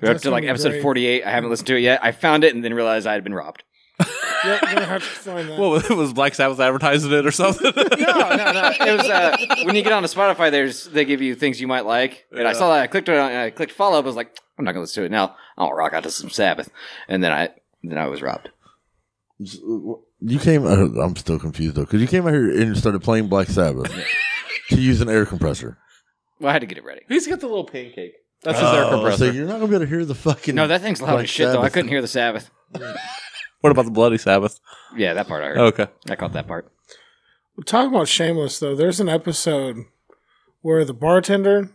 Speaker 1: They're up
Speaker 3: That's
Speaker 1: to like
Speaker 3: gonna be
Speaker 1: episode
Speaker 3: great.
Speaker 1: forty-eight. I haven't listened to it yet. I found it and then realized I had been robbed.
Speaker 3: Yep, gonna have to find
Speaker 5: [LAUGHS]
Speaker 3: that.
Speaker 4: Well, [LAUGHS] was Black Sabbath advertising it
Speaker 1: [LAUGHS]
Speaker 4: or something?
Speaker 1: No, no, no. [LAUGHS] It was uh, when you get on to Spotify. There's they give you things you might like, and I
Speaker 4: Yeah.
Speaker 1: saw that. I clicked it on. and I clicked follow up. I was like, I'm not gonna listen to it now. I'll rock out to some Sabbath, and then I then I was robbed.
Speaker 5: uh, You came. out I'm still confused though, because you came out here and started playing Black Sabbath to use an air compressor.
Speaker 1: Well, I had to get it ready.
Speaker 4: He's got the little pancake. That's his air
Speaker 5: Oh,
Speaker 4: compressor.
Speaker 5: So you're not gonna be able to hear the fucking.
Speaker 1: No, that thing's loud
Speaker 5: Black
Speaker 1: as shit though. I
Speaker 5: Sabbath.
Speaker 1: couldn't hear the Sabbath.
Speaker 4: What about the Bloody Sabbath?
Speaker 1: Yeah, that part I heard.
Speaker 4: Okay.
Speaker 1: I caught that part.
Speaker 3: Talking about Shameless, though, there's an episode where the bartender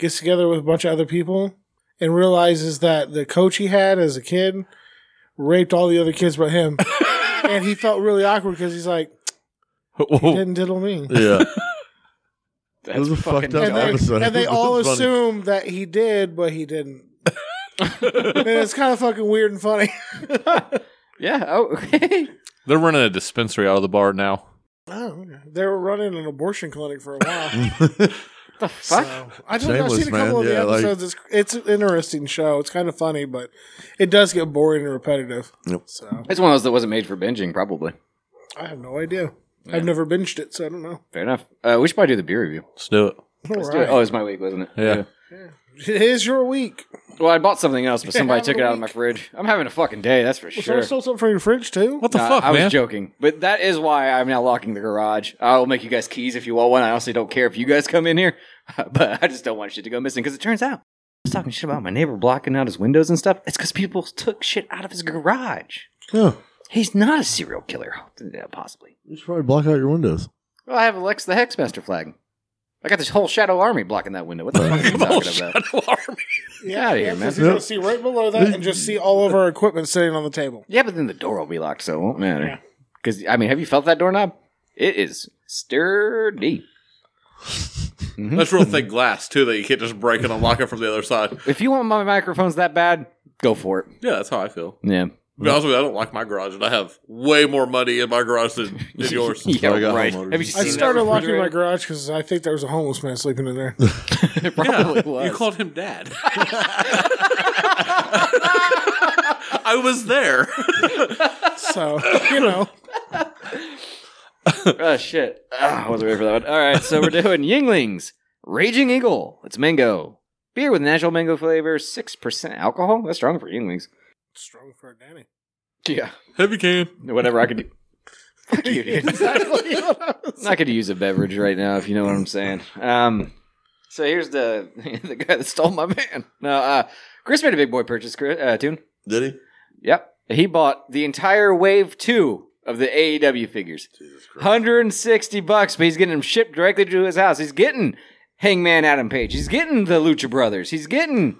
Speaker 3: gets together with a bunch of other people and realizes that the coach he had as a kid raped all the other kids but him. and he felt really awkward because he's like, he didn't diddle me.
Speaker 5: [LAUGHS] Yeah,
Speaker 1: That's
Speaker 5: it was a
Speaker 1: fucking
Speaker 5: fucked up
Speaker 1: dumb.
Speaker 3: And they,
Speaker 5: episode.
Speaker 3: and they
Speaker 5: It was
Speaker 3: all
Speaker 5: funny.
Speaker 3: assume that he did, but he didn't. and it's kind of fucking weird and funny. [LAUGHS]
Speaker 1: Yeah. Oh. [LAUGHS] okay.
Speaker 4: They're running a dispensary out of the bar now.
Speaker 3: Oh, okay. they were running an abortion clinic for a while.
Speaker 1: the fuck?
Speaker 3: So, I don't know. I've
Speaker 5: Shameless,
Speaker 3: seen a couple
Speaker 5: man.
Speaker 3: of the
Speaker 5: Yeah, like-
Speaker 3: episodes. it's, it's an interesting show. It's kind of funny, but it does get boring and repetitive.
Speaker 5: Yep.
Speaker 3: So
Speaker 1: It's one of those that wasn't made for binging, probably.
Speaker 3: I have no idea. I've never binged it, so I don't know.
Speaker 1: Fair enough. Uh, we should probably do the beer review.
Speaker 4: Let's do it.
Speaker 1: Let's
Speaker 3: All
Speaker 1: do it.
Speaker 3: right.
Speaker 1: Oh, it's my week, wasn't it?
Speaker 4: Yeah.
Speaker 3: It is your week.
Speaker 1: Well, I bought something else, but
Speaker 3: [LAUGHS]
Speaker 1: somebody
Speaker 3: have
Speaker 1: took
Speaker 3: a
Speaker 1: it out of
Speaker 3: week.
Speaker 1: my fridge. I'm having a fucking day, that's for
Speaker 3: Was
Speaker 1: sure.
Speaker 3: there still something from your fridge too?
Speaker 4: What the
Speaker 1: Nah,
Speaker 4: fuck,
Speaker 1: I was
Speaker 4: [LAUGHS] man?
Speaker 1: joking, but that is why I'm now locking the garage. I will make you guys keys if you want one. I honestly don't care if you guys come in here, [LAUGHS] but I just don't want shit to go missing because it turns out I was talking shit about my neighbor blocking out his windows and stuff. It's because people took shit out of his garage.
Speaker 5: Yeah,
Speaker 1: He's not a serial killer, [LAUGHS] possibly.
Speaker 5: you should probably block out your windows.
Speaker 1: Well, I have Alex the Hexmaster flag. I got this whole Shadow Army blocking that window. What the fuck are
Speaker 4: [LAUGHS]
Speaker 1: you
Speaker 4: Oh,
Speaker 1: talking about?
Speaker 4: Shadow Army.
Speaker 1: Get out of here, man.
Speaker 3: Because you're gonna see right below that and just see all of our equipment sitting on the table.
Speaker 1: Yeah, but then the door will be locked, so it won't matter. Because I mean, have you felt that doorknob? It is sturdy.
Speaker 5: Hmm?
Speaker 4: That's real thick glass too that you can't just break and unlock it from the other side.
Speaker 1: If you want my microphones that bad, go for it.
Speaker 4: [LAUGHS] Yeah, that's how I feel.
Speaker 1: Yeah,
Speaker 4: To
Speaker 5: Hmm.
Speaker 4: be honest with you, I don't lock my garage, and I have way more money in my garage than,
Speaker 1: [LAUGHS]
Speaker 4: than yours.
Speaker 1: yeah,
Speaker 5: I got
Speaker 1: right.
Speaker 5: homeowners.
Speaker 1: Have you
Speaker 5: I
Speaker 1: seen
Speaker 3: I
Speaker 1: that
Speaker 3: started locking my
Speaker 1: refrigerator?
Speaker 3: garage because I think there was a homeless man sleeping in
Speaker 5: [LAUGHS]
Speaker 3: there.
Speaker 1: It probably was.
Speaker 4: You called him dad. [LAUGHS] I was there.
Speaker 3: so you know,
Speaker 1: oh shit! Ah, I wasn't ready for that one. All right, so we're doing [LAUGHS] Yinglings, Raging Eagle. It's mango beer with natural mango flavor, six percent alcohol. That's strong for Yinglings.
Speaker 3: strong for Danny.
Speaker 1: Yeah,
Speaker 4: Heavy can.
Speaker 1: whatever I could do. [LAUGHS] Fuck you, dude. [LAUGHS]
Speaker 3: Exactly. what I was-
Speaker 1: Not going to use a beverage right now, if you know what I'm saying. Um, so here's the [LAUGHS] the guy that stole my van. No, uh, Chris made a big boy purchase. Chris, uh, tune.
Speaker 5: Did he?
Speaker 1: Yep, he bought the entire wave two of the AEW figures. 160 bucks, but he's getting them shipped directly to his house. He's getting Hangman Adam Page. He's getting the Lucha Brothers. He's getting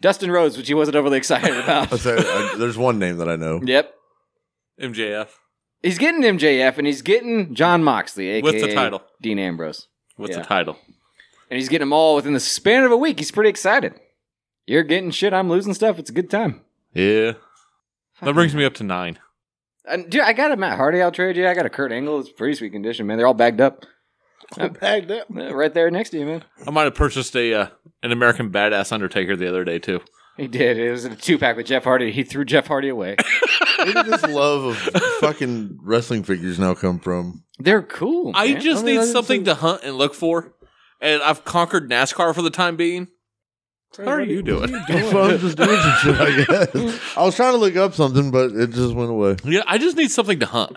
Speaker 1: Dustin Rhodes, which he wasn't overly [LAUGHS] excited
Speaker 5: I [LAUGHS]
Speaker 1: about.
Speaker 5: say, I, there's one name that I
Speaker 1: [LAUGHS]
Speaker 5: know.
Speaker 1: yep.
Speaker 4: MJF
Speaker 1: He's getting MJF and he's getting John Moxley, aka
Speaker 4: With the title.
Speaker 1: Dean Ambrose.
Speaker 4: with
Speaker 1: Yeah.
Speaker 4: the title.
Speaker 1: And he's getting them all within the span of a week. He's pretty excited. You're getting shit, I'm losing stuff. It's a good time.
Speaker 4: Yeah. That brings me up to nine.
Speaker 1: And dude, I got a Matt Hardy out trade you. I got a Kurt Angle. It's pretty sweet condition, man. They're all bagged up.
Speaker 3: I bagged up.
Speaker 1: Yeah, Right there next to you, man.
Speaker 4: I might have purchased a uh, an American Badass Undertaker the other day too.
Speaker 1: He did. It was in a two pack with Jeff Hardy. He threw Jeff Hardy
Speaker 4: [COUGHS]
Speaker 1: away.
Speaker 5: Where did this love of fucking wrestling figures now come from?
Speaker 1: They're cool.
Speaker 4: I
Speaker 1: man.
Speaker 4: just
Speaker 1: mean,
Speaker 4: need
Speaker 1: that's-
Speaker 4: something to hunt and look for, and I've conquered NASCAR for the time being. How are you doing?
Speaker 5: So I'm just doing some shit, I guess. I was trying to look up something, but it just went away.
Speaker 4: Yeah, I just need something to hunt,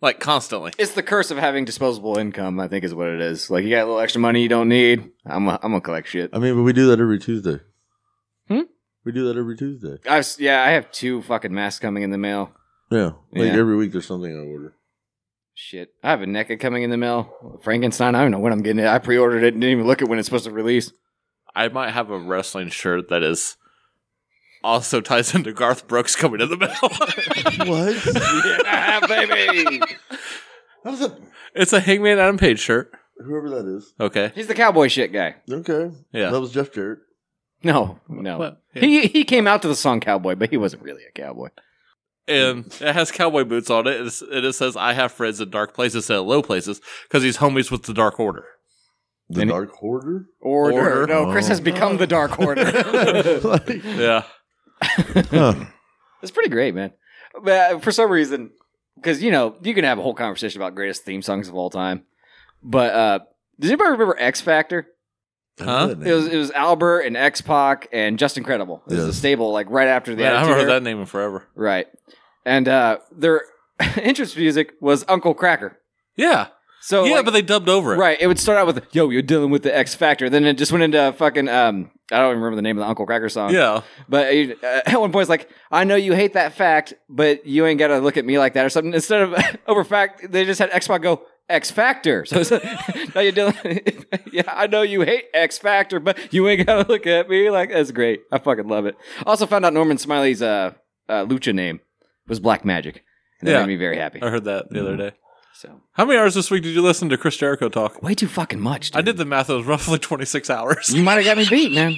Speaker 4: like constantly.
Speaker 1: It's the curse of having disposable income. I think is what it is. Like you got a little extra money you don't need. I'm i I'm gonna collect shit.
Speaker 4: Uh,
Speaker 5: I mean, but we do that every Tuesday.
Speaker 1: Hmm?
Speaker 5: We do that every Tuesday.
Speaker 1: I've s- yeah, I have two fucking masks coming in the mail.
Speaker 5: Yeah.
Speaker 1: Yeah.
Speaker 5: Like every week there's something I order.
Speaker 1: Shit, I have a NECA coming in the mail. Frankenstein. I don't know when I'm getting it. I pre-ordered it and didn't even look at when it's supposed to release.
Speaker 4: I might have a wrestling shirt that is also ties into Garth Brooks coming to the [LAUGHS] mail.
Speaker 5: what?
Speaker 1: yeah, [LAUGHS] baby.
Speaker 5: How does that?
Speaker 4: it's a Hangman Adam Page shirt.
Speaker 5: Whoever that is.
Speaker 4: Okay,
Speaker 1: He's the cowboy shit guy.
Speaker 5: Okay.
Speaker 4: Yeah.
Speaker 5: That was Jeff Jarrett.
Speaker 1: No, no.
Speaker 4: What? Yeah.
Speaker 1: He he came out to the song Cowboy, but he wasn't really a cowboy.
Speaker 4: and it has cowboy boots on it. And it's- and it says, "I have friends in dark places instead of low places," because he's homies with the Dark Order.
Speaker 5: The
Speaker 1: Any-
Speaker 5: Dark [LAUGHS] Hoarder?
Speaker 1: Order.
Speaker 4: Order.
Speaker 1: No, Chris
Speaker 5: Oh.
Speaker 1: has become the
Speaker 4: [LAUGHS]
Speaker 1: Dark Order. [LAUGHS]
Speaker 5: Like,
Speaker 4: Yeah,
Speaker 5: huh.
Speaker 1: it's pretty great, man. But uh, for some reason, because you know you can have a whole conversation about greatest theme songs of all time, but uh, does anybody remember X Factor?
Speaker 4: Huh?
Speaker 1: It was it was Albert and X Pac and Just Incredible. It was a
Speaker 5: Yes.
Speaker 1: stable like right after the
Speaker 4: Man, I haven't
Speaker 1: Attitude
Speaker 4: heard
Speaker 1: Era.
Speaker 4: that name in forever.
Speaker 1: Right, and uh, their [LAUGHS] entrance music was Uncle Cracker.
Speaker 4: Yeah,
Speaker 1: So
Speaker 4: yeah,
Speaker 1: Oh, like,
Speaker 4: but they dubbed over it.
Speaker 1: Right. It would start out with "Yo, you're dealing with the X Factor." Then it just went into fucking um, I don't even remember the name of the Uncle Cracker song.
Speaker 4: Yeah,
Speaker 1: But uh, [LAUGHS] at one point, it's like, "I know you hate that fact, but you ain't gotta look at me like that" or something. Instead of [LAUGHS] over fact, they just had X Pac go X Factor. So it's [LAUGHS] now you're dealing. yeah, I know you hate X Factor, but you ain't gotta look at me like that's great. I fucking love it. Also found out Norman Smiley's uh, uh lucha name was Black Magic. And that
Speaker 4: Yeah.
Speaker 1: made me very happy.
Speaker 4: I heard that the other day.
Speaker 1: So
Speaker 4: How many hours this week did you listen to Chris Jericho talk?
Speaker 1: way too fucking much. Dude.
Speaker 4: I did the math. It was roughly twenty six hours.
Speaker 1: You might have got me beat, man.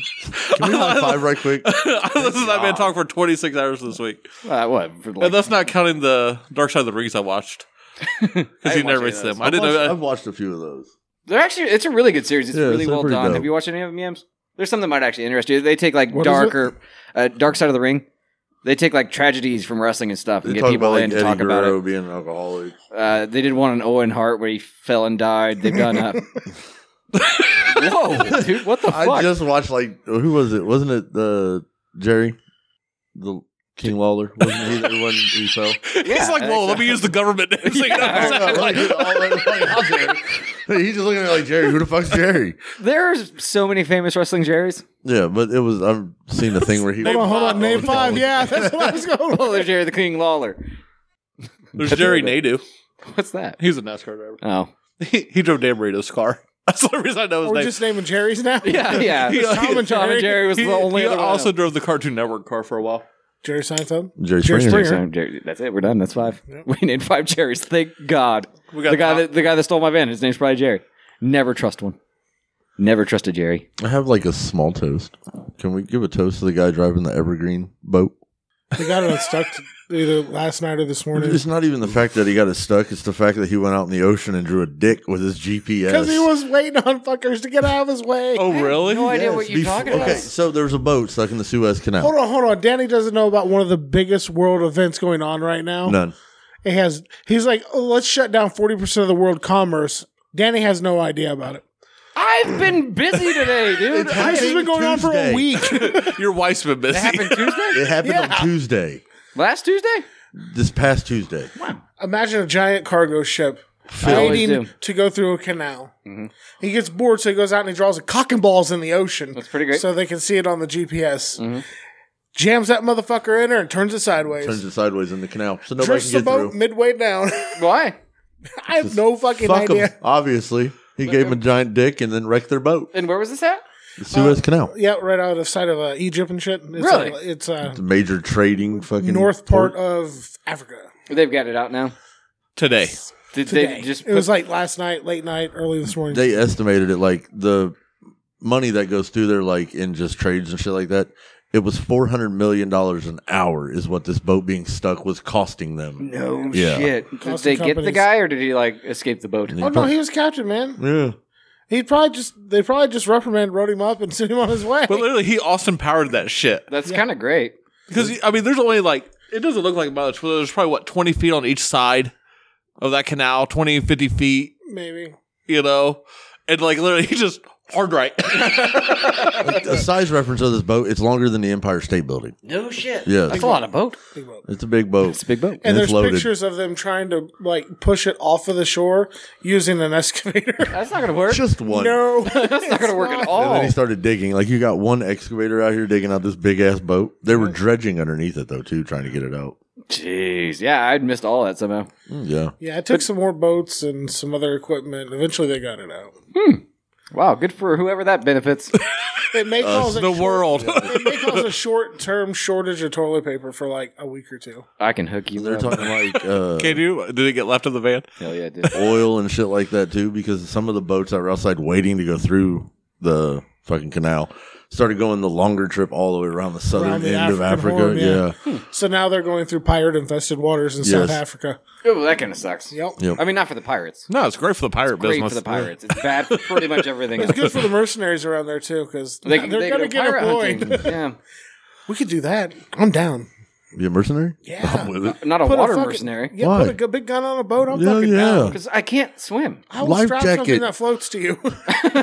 Speaker 5: Can we high five right quick?
Speaker 4: [LAUGHS] I listened to that man talk for twenty six hours this week,
Speaker 1: [LAUGHS] Uh, what? For like,
Speaker 4: and that's not counting the Dark Side of the Rings
Speaker 1: [LAUGHS]
Speaker 4: I watched because you
Speaker 1: didn't watch
Speaker 4: never
Speaker 1: any of
Speaker 4: reached
Speaker 1: those.
Speaker 4: them. [LAUGHS] I didn't
Speaker 5: I've watched,
Speaker 4: know.
Speaker 5: I've watched a few of those.
Speaker 1: They're actually it's a really good series. It's
Speaker 5: Yeah,
Speaker 1: really
Speaker 5: it's
Speaker 1: well
Speaker 5: pretty
Speaker 1: done.
Speaker 5: dope.
Speaker 1: Have you watched any of them, Yams? There's some that might actually interest you. They take like
Speaker 3: What is
Speaker 1: dark
Speaker 3: it?
Speaker 1: or uh, Dark Side of the Ring. They take like tragedies from wrestling and stuff and
Speaker 5: They
Speaker 1: get
Speaker 5: talk
Speaker 1: people
Speaker 5: about like
Speaker 1: in to
Speaker 5: Eddie
Speaker 1: talk
Speaker 5: Guerrero
Speaker 1: about it.
Speaker 5: being an alcoholic.
Speaker 1: Uh, they did one on Owen Hart where he fell and died. They've done
Speaker 5: [LAUGHS]
Speaker 1: uh Whoa, dude! What the fuck?
Speaker 5: I just watched like who was it? Wasn't it the Jerry, the King Lawler? Wasn't he the one who fell?
Speaker 4: He's
Speaker 1: Yeah,
Speaker 4: like, whoa, let
Speaker 1: exactly. [LAUGHS]
Speaker 4: me use the government [LAUGHS] name. It's like, no,
Speaker 1: Yeah.
Speaker 5: [LAUGHS]
Speaker 4: [LAUGHS]
Speaker 5: Like,
Speaker 4: exactly.
Speaker 5: all that fucking out there. He's just looking at me like Jerry. Who the fuck's Jerry?
Speaker 1: There's so many famous wrestling Jerrys.
Speaker 5: Yeah, but it was. I've seen the thing where he.
Speaker 3: Hold on, hold on. Name
Speaker 5: Oh,
Speaker 3: five.
Speaker 5: no.
Speaker 3: Yeah, that's what I
Speaker 5: [LAUGHS]
Speaker 3: was going.
Speaker 1: Oh, there's Jerry the King Lawler.
Speaker 4: There's Jerry Nadu.
Speaker 1: What's that?
Speaker 4: He's a NASCAR driver. [LAUGHS]
Speaker 1: Oh,
Speaker 4: He, he drove Dan Burrito's car. [LAUGHS] That's the only reason I know his
Speaker 3: We're
Speaker 4: name.
Speaker 3: just naming cherries now.
Speaker 1: yeah, yeah.
Speaker 4: [LAUGHS] He-
Speaker 1: Tom and Jerry, was
Speaker 4: he,
Speaker 1: the only
Speaker 4: he
Speaker 1: other one.
Speaker 4: also drove the Cartoon Network car for a while.
Speaker 3: Jerry Seinfeld.
Speaker 5: Jerry
Speaker 3: Jerry
Speaker 5: Springer.
Speaker 3: Springer.
Speaker 1: So, Jerry, that's it. We're done. That's five. [LAUGHS] We need five Jerrys. Thank God.
Speaker 4: We got
Speaker 1: the guy
Speaker 4: Tom-
Speaker 1: that the guy that stole my van. His name's probably Jerry. Never trust one. Never trust a Jerry.
Speaker 5: I have like a small toast. Can we give a toast to the guy driving the Evergreen boat?
Speaker 3: They got it stuck either last night or this morning
Speaker 5: It's not even the fact that he got it stuck. It's the fact that he went out in the ocean and drew a dick with his GPS.
Speaker 3: because he was waiting on fuckers to get out of his way.
Speaker 4: Oh, really?
Speaker 1: No idea
Speaker 5: Yes,
Speaker 1: what you're
Speaker 5: bef-
Speaker 1: talking
Speaker 5: Okay,
Speaker 1: about.
Speaker 5: so there's a boat stuck in the Suez Canal.
Speaker 3: Hold on, hold on. Danny doesn't know about one of the biggest world events going on right now.
Speaker 5: None.
Speaker 3: It has. He's like, oh, let's shut down forty percent of the world commerce. Danny has no idea about it.
Speaker 1: I've been busy [LAUGHS] today, dude.
Speaker 5: It's
Speaker 1: I-
Speaker 3: This has been going on for a
Speaker 5: Tuesday.
Speaker 3: week.
Speaker 4: [LAUGHS]
Speaker 5: [LAUGHS]
Speaker 4: Your wife's been busy.
Speaker 1: happened Tuesday?
Speaker 5: It happened on Tuesday,
Speaker 1: Last Tuesday?
Speaker 5: this past Tuesday.
Speaker 3: Imagine a giant cargo ship
Speaker 1: I always
Speaker 3: waiting
Speaker 1: do. Mm-hmm.
Speaker 3: to go through a canal. He gets bored, so he goes out and he draws a cock and balls in the ocean.
Speaker 1: That's pretty great. Mm-hmm.
Speaker 3: So they can see it on the GPS. Jams that motherfucker in her and turns it sideways.
Speaker 5: Turns it sideways in the canal, so nobody
Speaker 3: Drifts the
Speaker 5: can get
Speaker 3: boat
Speaker 5: through.
Speaker 3: midway down. [LAUGHS]
Speaker 1: Why?
Speaker 3: I have no fucking
Speaker 5: Fuck
Speaker 3: idea.
Speaker 5: him. Obviously, he gave him a giant dick and then wrecked their boat.
Speaker 1: And where was this at?
Speaker 5: The Suez Canal.
Speaker 3: Uh, Yeah, right out of the side of uh, Egypt and shit. It's
Speaker 1: Really?
Speaker 3: uh, it's uh,
Speaker 5: It's a major trading fucking
Speaker 3: north part of Africa.
Speaker 1: They've got it out now.
Speaker 4: [LAUGHS] Today.
Speaker 1: Did
Speaker 3: Today.
Speaker 1: they just
Speaker 3: it was
Speaker 1: put-
Speaker 3: like last night, late night, early this morning.
Speaker 5: They uh, estimated it like the money that goes through there, like in just trades and shit like that. It was four hundred million dollars an hour, is what this boat being stuck was costing
Speaker 3: Oh,
Speaker 5: them.
Speaker 1: no
Speaker 5: Yeah.
Speaker 1: shit. Did
Speaker 3: Cost
Speaker 1: they
Speaker 3: of
Speaker 1: get the
Speaker 3: companies.
Speaker 1: guy or did he like escape the boat?
Speaker 5: Yeah.
Speaker 3: oh no, he was captain, man.
Speaker 5: Yeah,
Speaker 3: He probably just they probably just reprimanded, wrote him up, and [LAUGHS] sent him on his way.
Speaker 4: But literally, he Austin powered that shit.
Speaker 1: That's kind of great.
Speaker 4: Because, I mean, there's only like, it doesn't look like much, but there's probably, what, 20 feet on each side of that canal, 20, 50 feet,
Speaker 3: Maybe.
Speaker 4: you know? And like, literally, he just hard
Speaker 1: [LAUGHS]
Speaker 4: right. [LAUGHS]
Speaker 5: the size reference of this boat, it's longer than the Empire State Building.
Speaker 1: No shit.
Speaker 5: Yeah,
Speaker 1: That's a lot of boat.
Speaker 3: Big boat.
Speaker 5: it's a big boat.
Speaker 1: It's a big boat.
Speaker 5: And
Speaker 3: And
Speaker 5: it's
Speaker 3: there's
Speaker 5: loaded.
Speaker 3: pictures of them trying to like push it off of the shore using an [LAUGHS] excavator.
Speaker 1: That's not gonna work.
Speaker 5: Just [LAUGHS] one. [LAUGHS]
Speaker 3: no, Oh.
Speaker 1: That's not gonna work at
Speaker 5: And then
Speaker 1: all.
Speaker 5: he started digging. Like you got one excavator out here digging out this big ass boat. They were dredging underneath it though too, trying to get it out.
Speaker 1: Jeez. Yeah, I'd missed all that somehow.
Speaker 5: Mm, Yeah,
Speaker 3: Yeah, it took some more boats and some other equipment. Eventually, they got it out.
Speaker 1: Wow, good for whoever that benefits.
Speaker 3: It
Speaker 5: Uh,
Speaker 3: may cause a
Speaker 4: the
Speaker 3: short-
Speaker 4: world.
Speaker 3: It may cause a short-term shortage of toilet paper for like a week or two.
Speaker 1: I can hook you.
Speaker 5: they're
Speaker 1: up.
Speaker 5: talking like uh,
Speaker 4: [LAUGHS] Can you? Did it get left in the van?
Speaker 1: Hell yeah, [LAUGHS] dude.
Speaker 5: oil and shit like that too, because some of the boats that were outside waiting to go through the fucking canal started going the longer trip all the way around the southern
Speaker 3: Around the
Speaker 5: end of
Speaker 3: African
Speaker 5: Africa.
Speaker 3: Horn,
Speaker 5: yeah.
Speaker 3: yeah. So now they're going through pirate infested waters in South
Speaker 5: Yes.
Speaker 3: Africa.
Speaker 1: Oh, that kind of sucks.
Speaker 3: Yep.
Speaker 5: Yep.
Speaker 1: I mean, not for the pirates.
Speaker 4: No, it's great for the pirate
Speaker 1: Great
Speaker 4: business.
Speaker 1: for the pirates. It's bad for pretty much everything.
Speaker 3: It's
Speaker 1: else.
Speaker 3: good for the mercenaries around there too, because
Speaker 1: [LAUGHS] They,
Speaker 3: they, are
Speaker 1: they go
Speaker 3: gonna get
Speaker 1: pirate
Speaker 3: [LAUGHS] employed.
Speaker 1: hunting. Yeah,
Speaker 3: we could do that. I'm down.
Speaker 5: Be a mercenary?
Speaker 3: [LAUGHS] Yeah.
Speaker 5: I'm with it.
Speaker 1: not a
Speaker 3: Put a
Speaker 1: water
Speaker 3: fucking-
Speaker 1: mercenary
Speaker 3: Yeah,
Speaker 5: Why?
Speaker 3: put a good big gun on a boat. I'm
Speaker 5: Yeah,
Speaker 3: fucking
Speaker 5: yeah.
Speaker 3: down.
Speaker 1: because I can't swim. [LAUGHS]
Speaker 3: I will
Speaker 5: Life
Speaker 3: strap
Speaker 5: jacket.
Speaker 3: something that floats to you. [LAUGHS]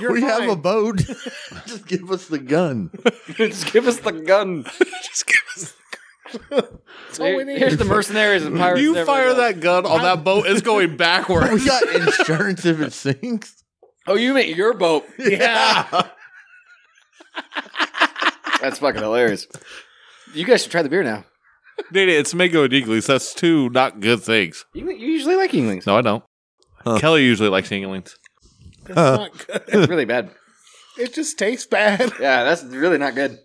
Speaker 3: You're
Speaker 5: We have a
Speaker 3: fine.
Speaker 5: boat. [LAUGHS] Just give us the gun.
Speaker 1: Just give
Speaker 3: [LAUGHS]
Speaker 1: us the gun.
Speaker 4: Just give us-
Speaker 3: That's all we
Speaker 1: Here's
Speaker 3: need.
Speaker 1: the mercenaries and pirates.
Speaker 4: you
Speaker 1: everywhere
Speaker 4: fire
Speaker 1: else.
Speaker 4: that gun on that boat, it's going backwards. [LAUGHS]
Speaker 5: We got
Speaker 3: [LAUGHS]
Speaker 5: insurance if it sinks.
Speaker 1: Oh, you meant your
Speaker 3: [LAUGHS]
Speaker 1: boat?
Speaker 5: Yeah.
Speaker 1: That's fucking hilarious. You guys should try the beer now.
Speaker 4: Nene, it's mango and Eaglings. That's two not good things.
Speaker 1: You, you usually like Yinglings.
Speaker 4: No, I don't.
Speaker 5: Huh.
Speaker 4: Kelly usually likes Eaglings.
Speaker 3: It's
Speaker 5: uh,
Speaker 3: not good.
Speaker 1: It's really bad.
Speaker 3: It just tastes bad. [LAUGHS]
Speaker 1: Yeah, that's really not good.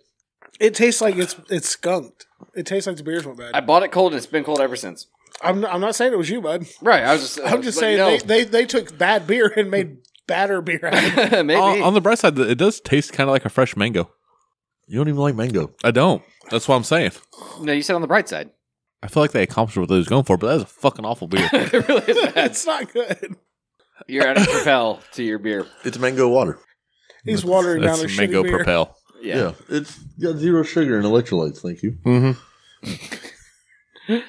Speaker 3: It tastes like it's it's skunked. It tastes like the beers went
Speaker 1: I
Speaker 3: bad.
Speaker 1: bought it cold and it's been cold ever since.
Speaker 3: I'm not, I'm not saying it was you, bud.
Speaker 1: Right. I was just. uh, I
Speaker 3: I'm
Speaker 1: was
Speaker 3: just
Speaker 1: like,
Speaker 3: saying
Speaker 1: no.
Speaker 3: they, they they took bad beer and made badder beer out of
Speaker 1: [LAUGHS]
Speaker 3: it.
Speaker 1: Maybe.
Speaker 4: On, on the bright side, it does taste kind of like a fresh mango.
Speaker 5: You don't even like mango.
Speaker 4: I don't. That's what I'm saying.
Speaker 1: no, you said on the bright side. [LAUGHS]
Speaker 4: I feel like they accomplished what they was going for, but that is a fucking awful beer.
Speaker 1: it really is bad.
Speaker 3: It's not good.
Speaker 1: You're out of propel to your beer.
Speaker 5: It's mango water.
Speaker 3: He's watering down a
Speaker 4: That's
Speaker 3: shitty
Speaker 4: mango
Speaker 3: beer.
Speaker 4: propel.
Speaker 1: Yeah.
Speaker 5: It's got zero sugar and electrolytes. Thank you.
Speaker 1: Uh,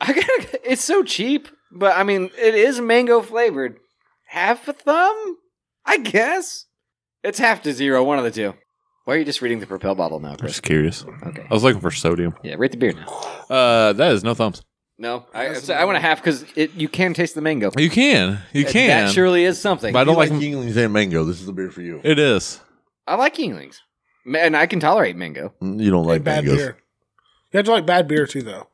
Speaker 1: I gotta, it's so cheap, but I mean, it is mango flavored. Half a thumb, I guess. It's half to zero, one of the two. Why are you just reading the propel bottle now,
Speaker 4: I'm
Speaker 1: Chris?
Speaker 4: just curious.
Speaker 1: Okay.
Speaker 4: I was looking for sodium.
Speaker 1: Yeah, rate the beer now.
Speaker 4: Uh, that is no thumbs.
Speaker 1: No, I, so I want a half because you can taste the mango.
Speaker 4: You can. You can.
Speaker 1: That surely is something.
Speaker 4: But I
Speaker 5: I don't
Speaker 4: don't
Speaker 5: like,
Speaker 4: like-
Speaker 5: Yinglings and mango. This is the beer for you.
Speaker 4: It is.
Speaker 1: I like Yinglings. Ma- And I can tolerate mango.
Speaker 5: You don't like
Speaker 3: bad
Speaker 5: mangoes.
Speaker 3: beer. You have to like bad beer too, though.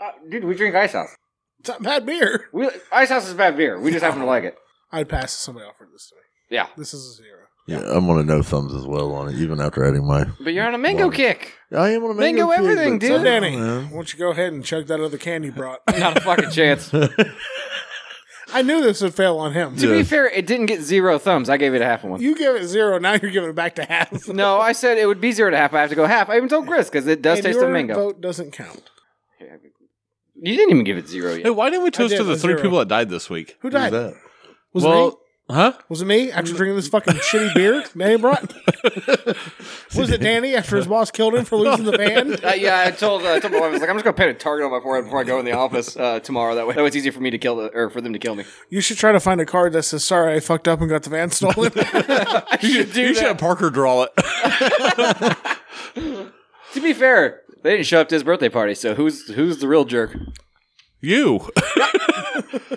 Speaker 1: Uh, dude, we drink Ice House.
Speaker 3: It's not bad beer.
Speaker 1: We, Ice House is bad beer. We just happen to like it.
Speaker 3: I'd pass if somebody offered this to me.
Speaker 1: Yeah.
Speaker 3: This is a zero.
Speaker 5: Yeah, I'm on a no thumbs as well on it, even after adding my.
Speaker 1: But you're on a mango
Speaker 5: Water.
Speaker 1: kick.
Speaker 5: I am on a
Speaker 1: Mango
Speaker 5: mango. kick,
Speaker 1: everything,
Speaker 5: but-
Speaker 1: dude.
Speaker 3: So, Danny,
Speaker 5: Yeah.
Speaker 3: why don't you go ahead and chug that other can you brought?
Speaker 1: Not a fucking chance.
Speaker 3: I knew this would fail on him.
Speaker 1: To be fair, it didn't get zero thumbs. I gave it a half one.
Speaker 3: You gave it zero. Now you're giving it back to half. And
Speaker 1: No, I said it would be zero to half. I have to go half. I even told Chris because it does taste
Speaker 3: your
Speaker 1: of mango.
Speaker 3: vote doesn't count.
Speaker 1: You didn't even give it zero
Speaker 4: Hey,
Speaker 1: yet.
Speaker 4: why didn't we toast
Speaker 3: did,
Speaker 4: to the
Speaker 3: a
Speaker 4: three
Speaker 3: zero.
Speaker 4: people that died this week?
Speaker 3: Who
Speaker 5: Who's
Speaker 3: died?
Speaker 5: that?
Speaker 3: Was it me?
Speaker 4: well,
Speaker 3: [LAUGHS]
Speaker 4: huh?
Speaker 3: Was it me after drinking this fucking shitty beer Danny brought? Was it Danny after his boss killed him for losing the van?
Speaker 1: Uh, yeah, I told uh, I told my wife I was like I'm just gonna paint a target on my forehead before I go in the office uh, tomorrow. That way, that way it's easier for me to kill the, or for them to kill me.
Speaker 3: You should try to find a card that says, sorry, I fucked up and got the van stolen. [LAUGHS]
Speaker 1: I should do
Speaker 4: you
Speaker 1: that.
Speaker 4: should have Parker draw it. [LAUGHS]
Speaker 1: To be fair, they didn't show up to his birthday party, so who's who's the real jerk?
Speaker 4: you. [LAUGHS]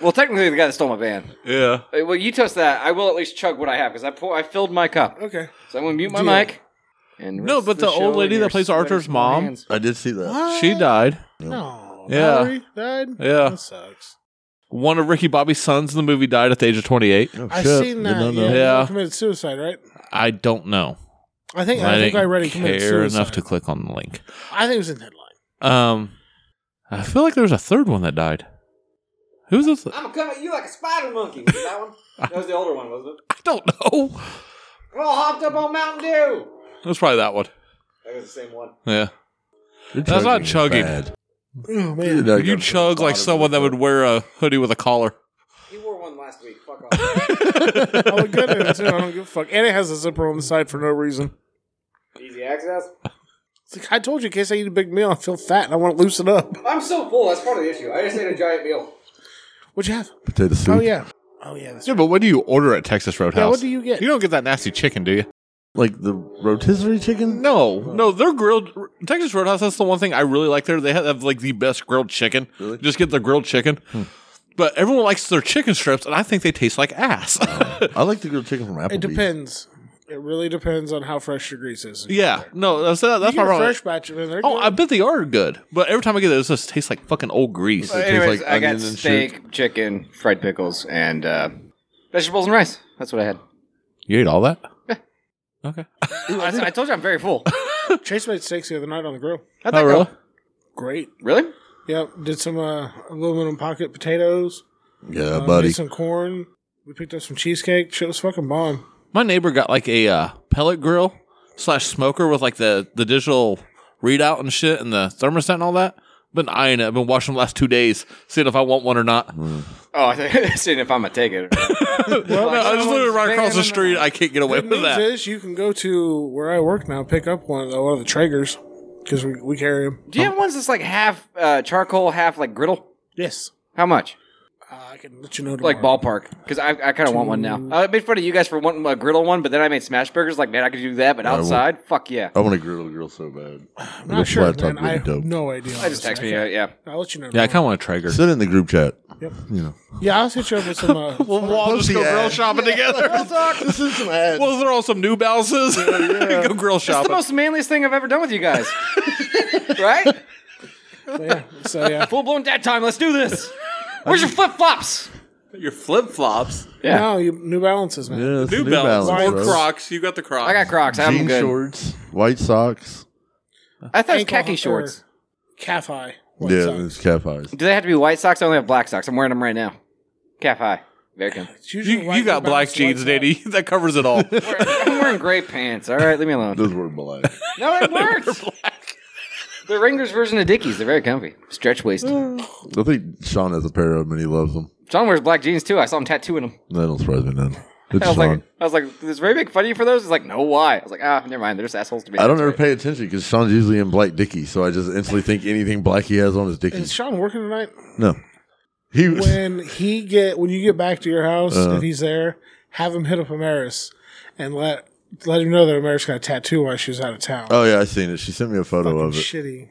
Speaker 1: Well, technically, the guy that stole my van.
Speaker 4: yeah.
Speaker 1: Uh, Well, you toast that. I will at least chug what I have because I pour, I filled my cup.
Speaker 3: okay.
Speaker 1: So I'm gonna mute my
Speaker 3: Deal.
Speaker 1: mic. And
Speaker 4: No,
Speaker 1: rinse
Speaker 4: but the
Speaker 1: show
Speaker 4: old lady
Speaker 1: in your
Speaker 4: that plays Arthur's
Speaker 1: sweaty small
Speaker 4: mom-
Speaker 1: hands.
Speaker 5: I did see that.
Speaker 4: She
Speaker 3: Uh,
Speaker 4: died.
Speaker 3: No.
Speaker 4: Yeah.
Speaker 3: Mallory died?
Speaker 4: Yeah.
Speaker 3: That sucks.
Speaker 4: One of Ricky Bobby's sons in the movie died at the age of 28.
Speaker 5: Oh,
Speaker 3: I
Speaker 5: shit.
Speaker 3: seen
Speaker 5: Did
Speaker 3: that.
Speaker 5: not
Speaker 3: Yeah.
Speaker 5: know.
Speaker 4: Yeah.
Speaker 3: He committed suicide, right?
Speaker 4: I don't know.
Speaker 3: I think I,
Speaker 4: I,
Speaker 3: think
Speaker 4: didn't
Speaker 3: I read he committed
Speaker 4: care
Speaker 3: suicide.
Speaker 4: enough to click on the link.
Speaker 3: I think it was in headline.
Speaker 4: Um, I feel like there was a third one that died. Who's this? I
Speaker 1: I'm gonna come at you like a spider monkey. Was it that
Speaker 4: [LAUGHS]
Speaker 1: one? That was the older one, wasn't it?
Speaker 4: don't know. [LAUGHS]
Speaker 1: We're all hopped up on Mountain Dew.
Speaker 4: It was probably that one.
Speaker 1: That was the same one.
Speaker 4: Yeah.
Speaker 5: Your
Speaker 4: That's not
Speaker 5: is
Speaker 4: chugging.
Speaker 5: bad.
Speaker 3: Oh man.
Speaker 5: I
Speaker 4: You
Speaker 5: got-
Speaker 4: chug like someone that would wear a hoodie with a collar.
Speaker 1: He wore one last week. Fuck off. [LAUGHS]
Speaker 3: I look good in it too. I don't give a fuck. And it has a zipper on the side for no reason.
Speaker 1: Easy access.
Speaker 3: It's like I told you, in case I eat a big meal, I feel fat and I want to loosen up.
Speaker 1: I'm so full. That's part of the issue. I just ate a giant meal.
Speaker 3: What'd you have?
Speaker 5: potato soup.
Speaker 3: Oh yeah. Oh yeah. That's
Speaker 4: Yeah, but what do you order at Texas Roadhouse?
Speaker 3: Yeah, what do you get?
Speaker 4: You don't get that nasty chicken, do you?
Speaker 5: like the rotisserie chicken.
Speaker 4: No, no, they're grilled. Texas Roadhouse. That's the one thing I really like there. They have, have, like the best grilled chicken.
Speaker 5: Really?
Speaker 4: Just get the grilled chicken.
Speaker 1: Hmm.
Speaker 4: But everyone likes their chicken strips, and I think they taste like ass. [LAUGHS]
Speaker 5: I like the grilled chicken from Applebee's.
Speaker 3: it depends. It really depends on how fresh your grease is.
Speaker 4: yeah, no, that's
Speaker 3: You
Speaker 4: that's
Speaker 3: get
Speaker 4: my
Speaker 3: a
Speaker 4: problem.
Speaker 3: fresh batch of it. They're
Speaker 4: Oh,
Speaker 3: good.
Speaker 4: I bet they are good. But every time I get it, it just tastes like fucking old grease.
Speaker 5: It tastes
Speaker 1: Anyways,
Speaker 5: like
Speaker 1: I got
Speaker 5: onion and
Speaker 1: steak, chicken, fried pickles, and uh, vegetables and rice. That's what I had.
Speaker 4: You ate all that? Okay.
Speaker 1: I, I told you I'm very [LAUGHS] full.
Speaker 3: Chase made steaks the other night on the grill.
Speaker 1: How'd that
Speaker 4: Oh, really?
Speaker 1: go?
Speaker 3: Great.
Speaker 1: Really?
Speaker 3: Yep. Did some uh, aluminum pocket potatoes.
Speaker 5: Yeah,
Speaker 3: um,
Speaker 5: buddy.
Speaker 3: Did some corn. We picked up some cheesecake. Shit was fucking bomb.
Speaker 4: My neighbor got like a uh, pellet grill, slash smoker with like the the digital readout and shit and the thermostat and all that. Been eyeing it. I've been watching the last two days, seeing if I want one or not.
Speaker 1: Oh, [LAUGHS] I think seeing if I'm gonna take it.
Speaker 4: No, I was literally right across the
Speaker 1: banging
Speaker 4: street. I can't get away
Speaker 3: Good
Speaker 4: with
Speaker 3: news
Speaker 4: that.
Speaker 3: is you can go to where I work now, pick up one of the, one of the Traegers because we, we carry them.
Speaker 1: Do you have ones that's like half uh, charcoal, half like griddle?
Speaker 3: Yes,
Speaker 1: How much?
Speaker 3: uh, I can let you know. Tomorrow.
Speaker 1: Like ballpark? Because I, I kind of want one now. Uh, I made fun of you guys for wanting a griddle one, but then I made smash burgers. Like, man, I could do that, but
Speaker 5: I won't.
Speaker 1: outside, fuck yeah.
Speaker 5: I want a griddle grill so bad.
Speaker 3: [SIGHS] I'm
Speaker 5: Your
Speaker 3: not sure, man.
Speaker 5: laptop would be
Speaker 3: I have
Speaker 5: dope.
Speaker 3: no idea.
Speaker 1: I just text me,
Speaker 3: honestly.
Speaker 1: uh, yeah.
Speaker 3: I'll let you know.
Speaker 4: Yeah, I kind
Speaker 3: tomorrow.
Speaker 4: of want a Traeger.
Speaker 5: Sit in the group chat. Yep. You know.
Speaker 3: Yeah, I'll hit you up with some. Uh, [LAUGHS]
Speaker 4: We'll, we'll all just
Speaker 5: Pussy
Speaker 4: go grill
Speaker 5: ass.
Speaker 4: shopping together.
Speaker 5: This is some ads.
Speaker 4: [LAUGHS] We'll throw on some new bouses. [LAUGHS] go grill
Speaker 1: It's
Speaker 4: shopping.
Speaker 1: the most manliest thing I've ever done with you [LAUGHS] guys. right?
Speaker 3: yeah, so
Speaker 4: [LAUGHS]
Speaker 3: yeah.
Speaker 1: Full blown dad time. Let's do this. Where's your flip flops?
Speaker 4: Your flip flops,
Speaker 1: Yeah.
Speaker 3: No, you, New Balances, man.
Speaker 5: yeah, it's
Speaker 4: New, Balance, or
Speaker 5: bro.
Speaker 4: Crocs. You got the Crocs.
Speaker 1: I got Crocs. I'm
Speaker 5: Jean
Speaker 1: good.
Speaker 5: shorts, white socks.
Speaker 1: I thought it was
Speaker 3: Ankle
Speaker 1: khaki
Speaker 3: or
Speaker 1: shorts.
Speaker 3: Calf high. white
Speaker 5: yeah,
Speaker 3: socks.
Speaker 5: it's cat eyes.
Speaker 1: Do they have to be white socks? I only have black socks. I'm wearing them right now. Calf high. Very [LAUGHS] good.
Speaker 3: It's usually
Speaker 4: You,
Speaker 3: white
Speaker 4: you got
Speaker 3: New
Speaker 4: black
Speaker 3: Balance,
Speaker 4: jeans,
Speaker 3: white
Speaker 4: Danny. [LAUGHS] That covers it all.
Speaker 1: I'm wearing gray pants. All right, leave me alone.
Speaker 5: Those were black.
Speaker 3: [LAUGHS]
Speaker 1: No,
Speaker 5: [LAUGHS]
Speaker 1: it works. The Ringers version of Dickies. They're very comfy. Stretch waist.
Speaker 5: I think Sean has a pair of them and he loves them.
Speaker 1: John wears black jeans too. I saw him tattooing them.
Speaker 5: That don't surprise me none. It's
Speaker 1: I was
Speaker 5: Sean.
Speaker 1: like, I was like, there's very big funny for those. He's like, no, why? I was like, ah, never mind. They're just assholes to me.
Speaker 5: I don't
Speaker 1: That's
Speaker 5: ever
Speaker 1: right.
Speaker 5: pay attention because Sean's usually in black dickie, so I just instantly think anything black he has on is
Speaker 3: socks. Is
Speaker 5: dickies.
Speaker 3: Sean working tonight?
Speaker 5: No, he was.
Speaker 3: When he get when you get back to your house,
Speaker 5: Uh-huh.
Speaker 3: if he's there, have him hit up Amaris and let let him know that Amaris got a tattoo while she was out of town.
Speaker 5: [LAUGHS] oh yeah, I seen it. She sent me a photo of it.
Speaker 3: Shitty.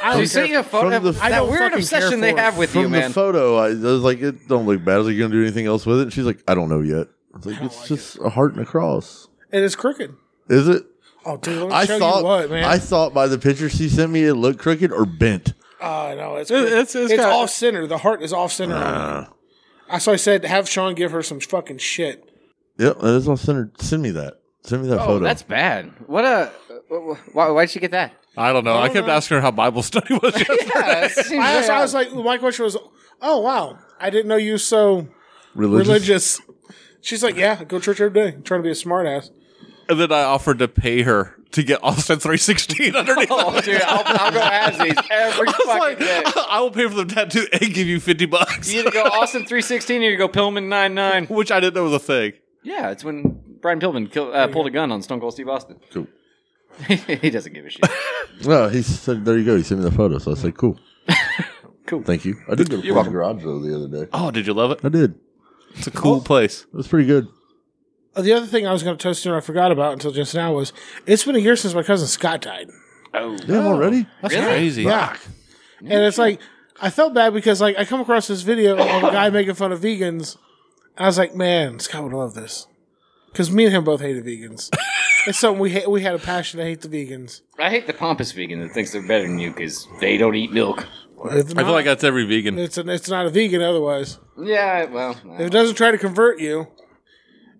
Speaker 3: I
Speaker 1: You
Speaker 3: don't
Speaker 1: see
Speaker 3: care.
Speaker 1: a photo.
Speaker 5: From the-
Speaker 1: that
Speaker 5: I
Speaker 3: don't
Speaker 1: weird
Speaker 3: fucking
Speaker 1: obsession
Speaker 3: care
Speaker 1: they
Speaker 3: for
Speaker 1: have
Speaker 3: it.
Speaker 1: with
Speaker 5: From
Speaker 1: you,
Speaker 5: the
Speaker 1: man.
Speaker 5: photo, I, I was like, it don't look bad. Is he going to do anything else with it? And she's like, I don't know yet. I was like, it's just a heart and a cross.
Speaker 3: It is crooked.
Speaker 5: Is it?
Speaker 3: Oh, dude, let me
Speaker 5: I
Speaker 3: show
Speaker 5: thought.
Speaker 3: you what, man.
Speaker 5: I thought by the picture she sent me, it looked crooked or bent.
Speaker 3: oh no, it's
Speaker 4: it's-
Speaker 3: crooked. it's,
Speaker 4: it's got-
Speaker 3: off center. The heart is off center.
Speaker 5: Uh.
Speaker 3: on it. I so I said have Sean give her some fucking shit.
Speaker 5: Yep, that's on center. Send me that. Send me that
Speaker 1: Oh,
Speaker 5: photo.
Speaker 1: that's bad. What a. Why, why'd she get [LAUGHS] that?
Speaker 4: I don't know. I, kept asking her how Bible study [LAUGHS] was. yesterday.
Speaker 1: Yeah, [LAUGHS] it seems
Speaker 3: I,
Speaker 1: very
Speaker 3: asked, I
Speaker 1: odd.
Speaker 3: was like, my question was, oh wow, I didn't know you were so
Speaker 5: religious.
Speaker 3: religious. She's like, yeah, I go to church every day, trying to be a smartass.
Speaker 4: and then I offered to pay her to get Austin 316 [LAUGHS] underneath.
Speaker 1: Oh, dude, I'll, I'll [LAUGHS] go Azzies every
Speaker 4: I was
Speaker 1: fucking [LAUGHS]
Speaker 4: like,
Speaker 1: day.
Speaker 4: I will pay for the tattoo and give you 50 bucks,
Speaker 1: You either go Austin three sixteen or you go Pillman nine nine.
Speaker 4: which I didn't know was a thing.
Speaker 1: Yeah, it's when Brian Pillman kill, uh, pulled a gun on Stone Cold Steve Austin. [LAUGHS]
Speaker 5: Cool.
Speaker 1: he doesn't give a [LAUGHS] shit.
Speaker 5: No, Oh, he said, "There you go." He sent me the photo, so I said, "Cool,
Speaker 1: Cool.
Speaker 5: thank you." I did go to
Speaker 1: You're
Speaker 5: Ford's Garage though the other day.
Speaker 4: Oh, did you love it?
Speaker 5: I did.
Speaker 4: It's a cool place.
Speaker 5: It was pretty good.
Speaker 3: Uh, The other thing I was going to toast you and I forgot about until just now was it's been a year since my cousin Scott died,
Speaker 1: Oh.
Speaker 5: Damn, already?
Speaker 4: That's
Speaker 1: Really?
Speaker 4: crazy.
Speaker 3: and it's like I felt bad because like I come across this video of a guy making fun of vegans, and I was like, man, Scott would love this because me and him both hated
Speaker 4: [LAUGHS]
Speaker 3: vegans. it's something we ha- we had a passion to hate the vegans.
Speaker 1: I hate the pompous vegan that thinks they're better than you because they don't eat milk.
Speaker 3: It's
Speaker 4: I
Speaker 3: not,
Speaker 4: feel like that's every vegan.
Speaker 3: it's an, it's not a vegan otherwise.
Speaker 1: Yeah, well,
Speaker 3: If it doesn't try to convert you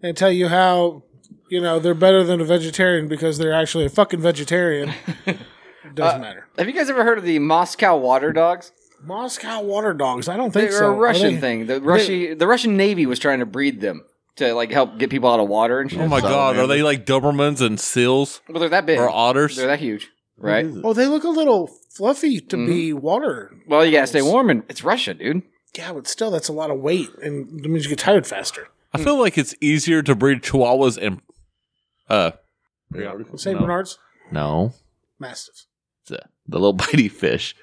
Speaker 3: and tell you how you know they're better than a vegetarian because they're actually a fucking
Speaker 4: [LAUGHS]
Speaker 3: vegetarian, it doesn't matter.
Speaker 1: have you guys ever heard of the Moscow water dogs?
Speaker 3: Moscow water dogs. I don't
Speaker 1: They
Speaker 3: think
Speaker 1: were
Speaker 3: so.
Speaker 1: a
Speaker 3: Are
Speaker 1: Russian
Speaker 3: they-
Speaker 1: thing. The Russian the Russian Navy was trying to breed them to like help get people out of water and shit.
Speaker 4: Oh my god, are they like Dobermans and seals
Speaker 1: But they're that big.
Speaker 4: or otters?
Speaker 1: They're that huge, right?
Speaker 3: Oh, they look a little fluffy to
Speaker 1: Mm-hmm.
Speaker 3: be water.
Speaker 1: Well, you gotta stay warm, and it's Russia, dude.
Speaker 3: Yeah, but still, that's a lot of weight, and it means you get tired faster.
Speaker 4: I feel like it's easier to breed chihuahuas and uh
Speaker 3: St.
Speaker 4: No.
Speaker 3: Bernard's,
Speaker 4: no,
Speaker 3: mastiffs.
Speaker 4: the, the little [LAUGHS] bitey fish.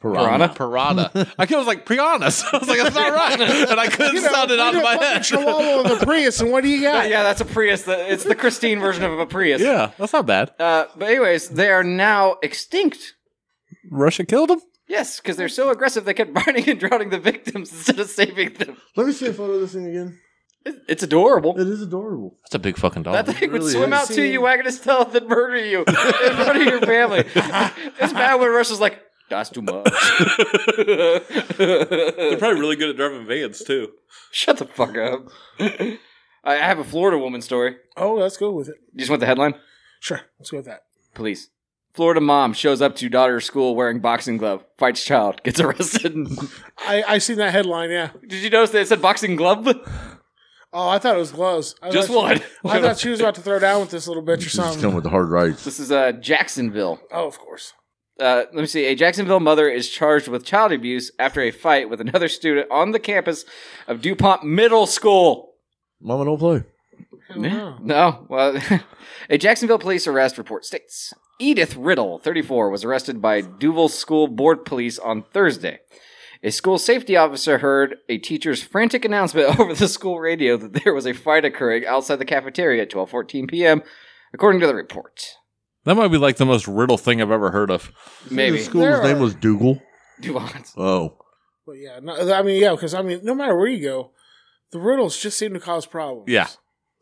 Speaker 1: Piranha?
Speaker 4: Piranha. [LAUGHS] I was like, piranhas. [LAUGHS] I was like, that's not right. And I couldn't sound it out
Speaker 3: You
Speaker 4: of
Speaker 3: got
Speaker 4: my
Speaker 3: fucking
Speaker 4: head. [LAUGHS]
Speaker 3: Chihuahua on the Prius, and what do you got?
Speaker 1: Yeah, that's a Prius. The- It's the Christine version of a Prius.
Speaker 4: Yeah, that's not bad.
Speaker 1: Uh, but anyways, they are now extinct.
Speaker 4: Russia killed him?
Speaker 1: Yes, because they're so aggressive, they kept [LAUGHS] burning and drowning the victims instead of saving them.
Speaker 5: Let me see a photo of this thing again.
Speaker 1: It- It's adorable.
Speaker 5: It is adorable.
Speaker 4: That's a big fucking dog.
Speaker 1: That thing would
Speaker 5: really
Speaker 1: swim
Speaker 5: is.
Speaker 1: out to you, wagging its tail, then murder you in front of your [LAUGHS] family. It's bad when Russia's like, "That's too much."
Speaker 4: [LAUGHS] They're probably really good at driving vans, too.
Speaker 1: Shut the fuck up. [LAUGHS] I I have a Florida woman story.
Speaker 3: Oh, let's go with it.
Speaker 1: You just want the headline?
Speaker 3: Sure, let's go with that.
Speaker 1: Police. Florida mom shows up to daughter's school wearing boxing glove, fights child, gets [LAUGHS] arrested.
Speaker 3: I I seen that headline. Yeah.
Speaker 1: [LAUGHS] Did you notice that it said boxing glove?
Speaker 3: Oh, I thought it was gloves. I
Speaker 1: [LAUGHS]
Speaker 4: Just
Speaker 3: thought she-
Speaker 4: one.
Speaker 3: I thought she was about to throw down with this little bitch or
Speaker 5: Just come
Speaker 3: something.
Speaker 5: with the hard
Speaker 1: [LAUGHS]
Speaker 5: rights.
Speaker 1: This is uh, Jacksonville.
Speaker 3: Oh, of course.
Speaker 1: Uh, let me see. A Jacksonville mother is charged with child abuse after a fight with another student on the campus of DuPont Middle School.
Speaker 5: Mama don't play.
Speaker 3: Hell no.
Speaker 1: No. Well, [LAUGHS] a Jacksonville police arrest report states Edith Riddle, 34, was arrested by Duval School Board police on Thursday. A school safety officer heard a teacher's frantic announcement [LAUGHS] over the school radio that there was a fight occurring outside the cafeteria at 12:14 p.m. According to the report,
Speaker 4: That might be like the most riddle thing I've ever heard of.
Speaker 1: maybe
Speaker 5: The school's
Speaker 3: There
Speaker 5: name
Speaker 3: are-
Speaker 5: was Dougal.
Speaker 1: Duvant.
Speaker 5: Oh.
Speaker 3: But yeah, no, I mean, yeah, because I mean, no matter where you go, the riddles just seem to cause problems.
Speaker 4: Yeah.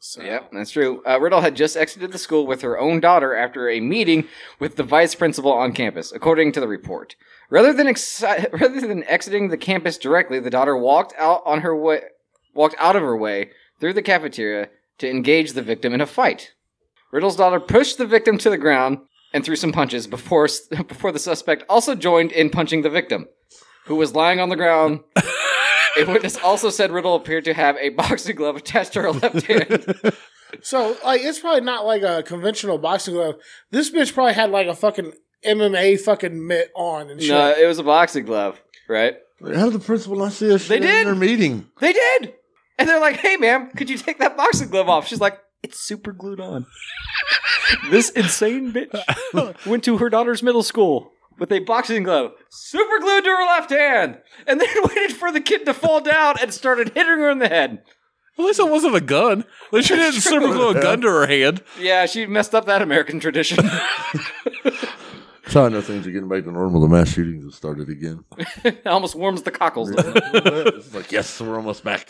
Speaker 3: So,
Speaker 1: Yep, that's true. Uh, Riddle had just exited the school with her own daughter after a meeting with the vice principal on campus, according to the report. Rather than exci- [LAUGHS] rather than exiting the campus directly, the daughter walked out on her way walked out of her way through the cafeteria to engage the victim in a fight. Riddle's daughter pushed the victim to the ground and threw some punches before s- [LAUGHS] before the suspect also joined in punching the victim, who was lying on the ground. a witness also said Riddle appeared to have a boxing glove attached to her left hand.
Speaker 3: So, like, it's probably not like a conventional boxing glove. This bitch probably had like a fucking MMA fucking mitt on and shit.
Speaker 1: No, it was a boxing glove, right?
Speaker 5: How did the principal not see us?
Speaker 1: They did.
Speaker 5: In their meeting.
Speaker 1: They did, and they're like, "Hey, ma'am, could you take that boxing glove off?" She's like, "It's super glued on." [LAUGHS] this insane bitch [LAUGHS] went to her daughter's middle school with a boxing glove super glued to her left hand, and then [LAUGHS] waited for the kid to fall down and started hitting her in the head.
Speaker 4: At least it wasn't a gun. At least [LAUGHS] she didn't super glue a gun to her [LAUGHS] hand.
Speaker 1: Yeah, she messed up that American tradition. [LAUGHS]
Speaker 5: So I know things are getting back to normal. The mass shootings have started again.
Speaker 1: it almost warms the cockles.
Speaker 5: it's like, yes, we're almost back.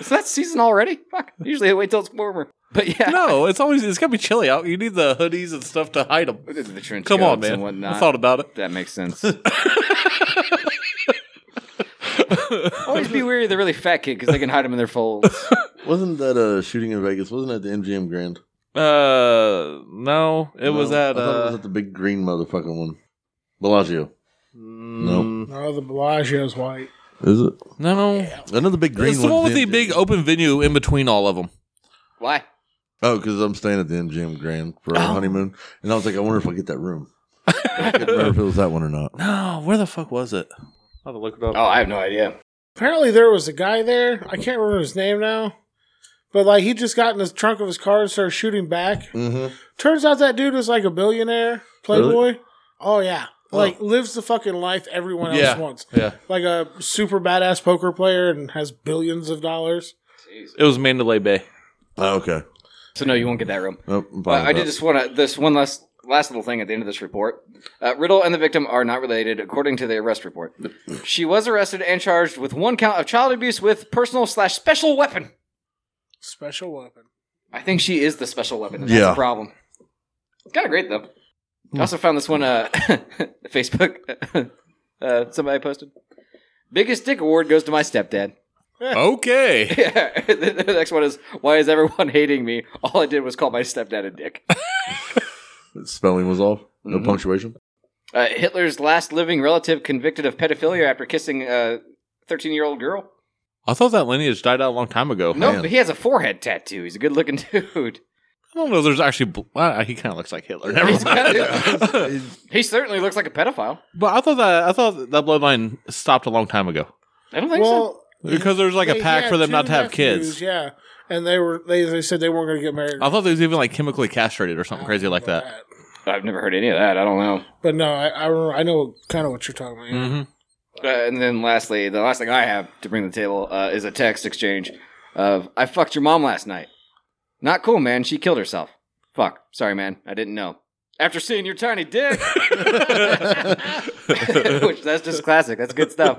Speaker 1: Is that season already? Fuck. Usually I wait till it's warmer. But yeah,
Speaker 4: No, it's always it's gotta be chilly out. You need the hoodies and stuff to hide them.
Speaker 1: the trench
Speaker 4: Come on,
Speaker 1: coats and
Speaker 4: man.
Speaker 1: whatnot.
Speaker 4: I thought about it.
Speaker 1: That makes sense. Always be wary of the really fat kid because they can hide him in their folds.
Speaker 5: Wasn't that a shooting in Vegas? Wasn't that the MGM Grand?
Speaker 4: Uh, no, it was
Speaker 5: No,
Speaker 4: at
Speaker 5: I thought it was
Speaker 4: uh,
Speaker 5: at the big green motherfucking one. Bellagio. No.
Speaker 3: No, the Bellagio's white.
Speaker 5: Is it?
Speaker 4: no.
Speaker 5: Another big green
Speaker 4: it's the one
Speaker 5: one's
Speaker 4: with the
Speaker 5: MGM.
Speaker 4: big open venue in between all of them.
Speaker 1: Why?
Speaker 5: Oh, because I'm staying at the MGM Grand for
Speaker 1: Oh.
Speaker 5: our honeymoon, and I was like, I wonder if I get that room. I couldn't remember if it was that one
Speaker 4: [LAUGHS]
Speaker 5: or not.
Speaker 4: No, where the fuck was it? I'll have to look it up.
Speaker 1: Oh, I have no idea.
Speaker 3: Apparently, there was a guy there. I can't remember his name now, but like he just got in the trunk of his car and started shooting back.
Speaker 5: Mm-hmm.
Speaker 3: Turns out that dude is like a billionaire playboy. Oh yeah, like lives the fucking life everyone else
Speaker 4: Yeah.
Speaker 3: wants.
Speaker 4: Yeah,
Speaker 3: Like a super badass poker player and has billions of dollars.
Speaker 4: it was Mandalay Bay.
Speaker 5: Oh, okay.
Speaker 1: So no, you won't get that room.
Speaker 5: Nope, I'm fine
Speaker 1: But I did
Speaker 5: with that.
Speaker 1: just want to this one last last little thing at the end of this report. Uh, Riddle and the victim are not related, according to the arrest report. She was arrested and charged with one count of child abuse with personal slash special weapon.
Speaker 3: Special weapon.
Speaker 1: I think she is the special weapon. And that's
Speaker 5: Yeah. Hmm.
Speaker 1: a problem. It's kind of great though. I also found this one uh, [LAUGHS] Facebook. [LAUGHS] uh, somebody posted. Biggest dick award goes to my stepdad. [LAUGHS]
Speaker 4: Okay,
Speaker 1: Yeah. the the next one is why is everyone [LAUGHS] hating me? All I did was call my stepdad a dick. [LAUGHS]
Speaker 5: Spelling was off. No
Speaker 1: Mhm. [LAUGHS]
Speaker 5: punctuation.
Speaker 1: Uh, Hitler's last living relative convicted of pedophilia after kissing a thirteen-year-old girl.
Speaker 4: I thought that lineage died out a long time ago.
Speaker 1: No,
Speaker 5: man.
Speaker 1: but he has a forehead tattoo. He's a good-looking [LAUGHS] dude.
Speaker 4: I don't know. if There's actually bl- uh, he kind of looks like [LAUGHS] Hitler. Never
Speaker 1: He's
Speaker 4: mind.
Speaker 1: kinda- he certainly looks like a pedophile.
Speaker 4: But I thought that I thought that bloodline stopped a long time ago
Speaker 1: I don't think so.
Speaker 3: Well,
Speaker 4: because there was like a
Speaker 3: they
Speaker 4: pact
Speaker 3: had
Speaker 4: for them
Speaker 3: two
Speaker 4: not to have
Speaker 3: nephews,
Speaker 4: kids.
Speaker 3: Yeah, and they were they, they said they weren't going to get married.
Speaker 4: I thought they was even like chemically castrated or something crazy like that.
Speaker 1: I've never heard any of that. I don't know.
Speaker 3: But no, I I, remember, I know kind of what you're talking about. yeah.
Speaker 4: hmm
Speaker 1: Uh, and then lastly, the last thing I have to bring to the table uh, is a text exchange of I fucked your mom last night. Not cool, man. She killed herself. Fuck. Sorry, man. I didn't know. After seeing your tiny dick. [LAUGHS] Which that's just classic. That's good stuff.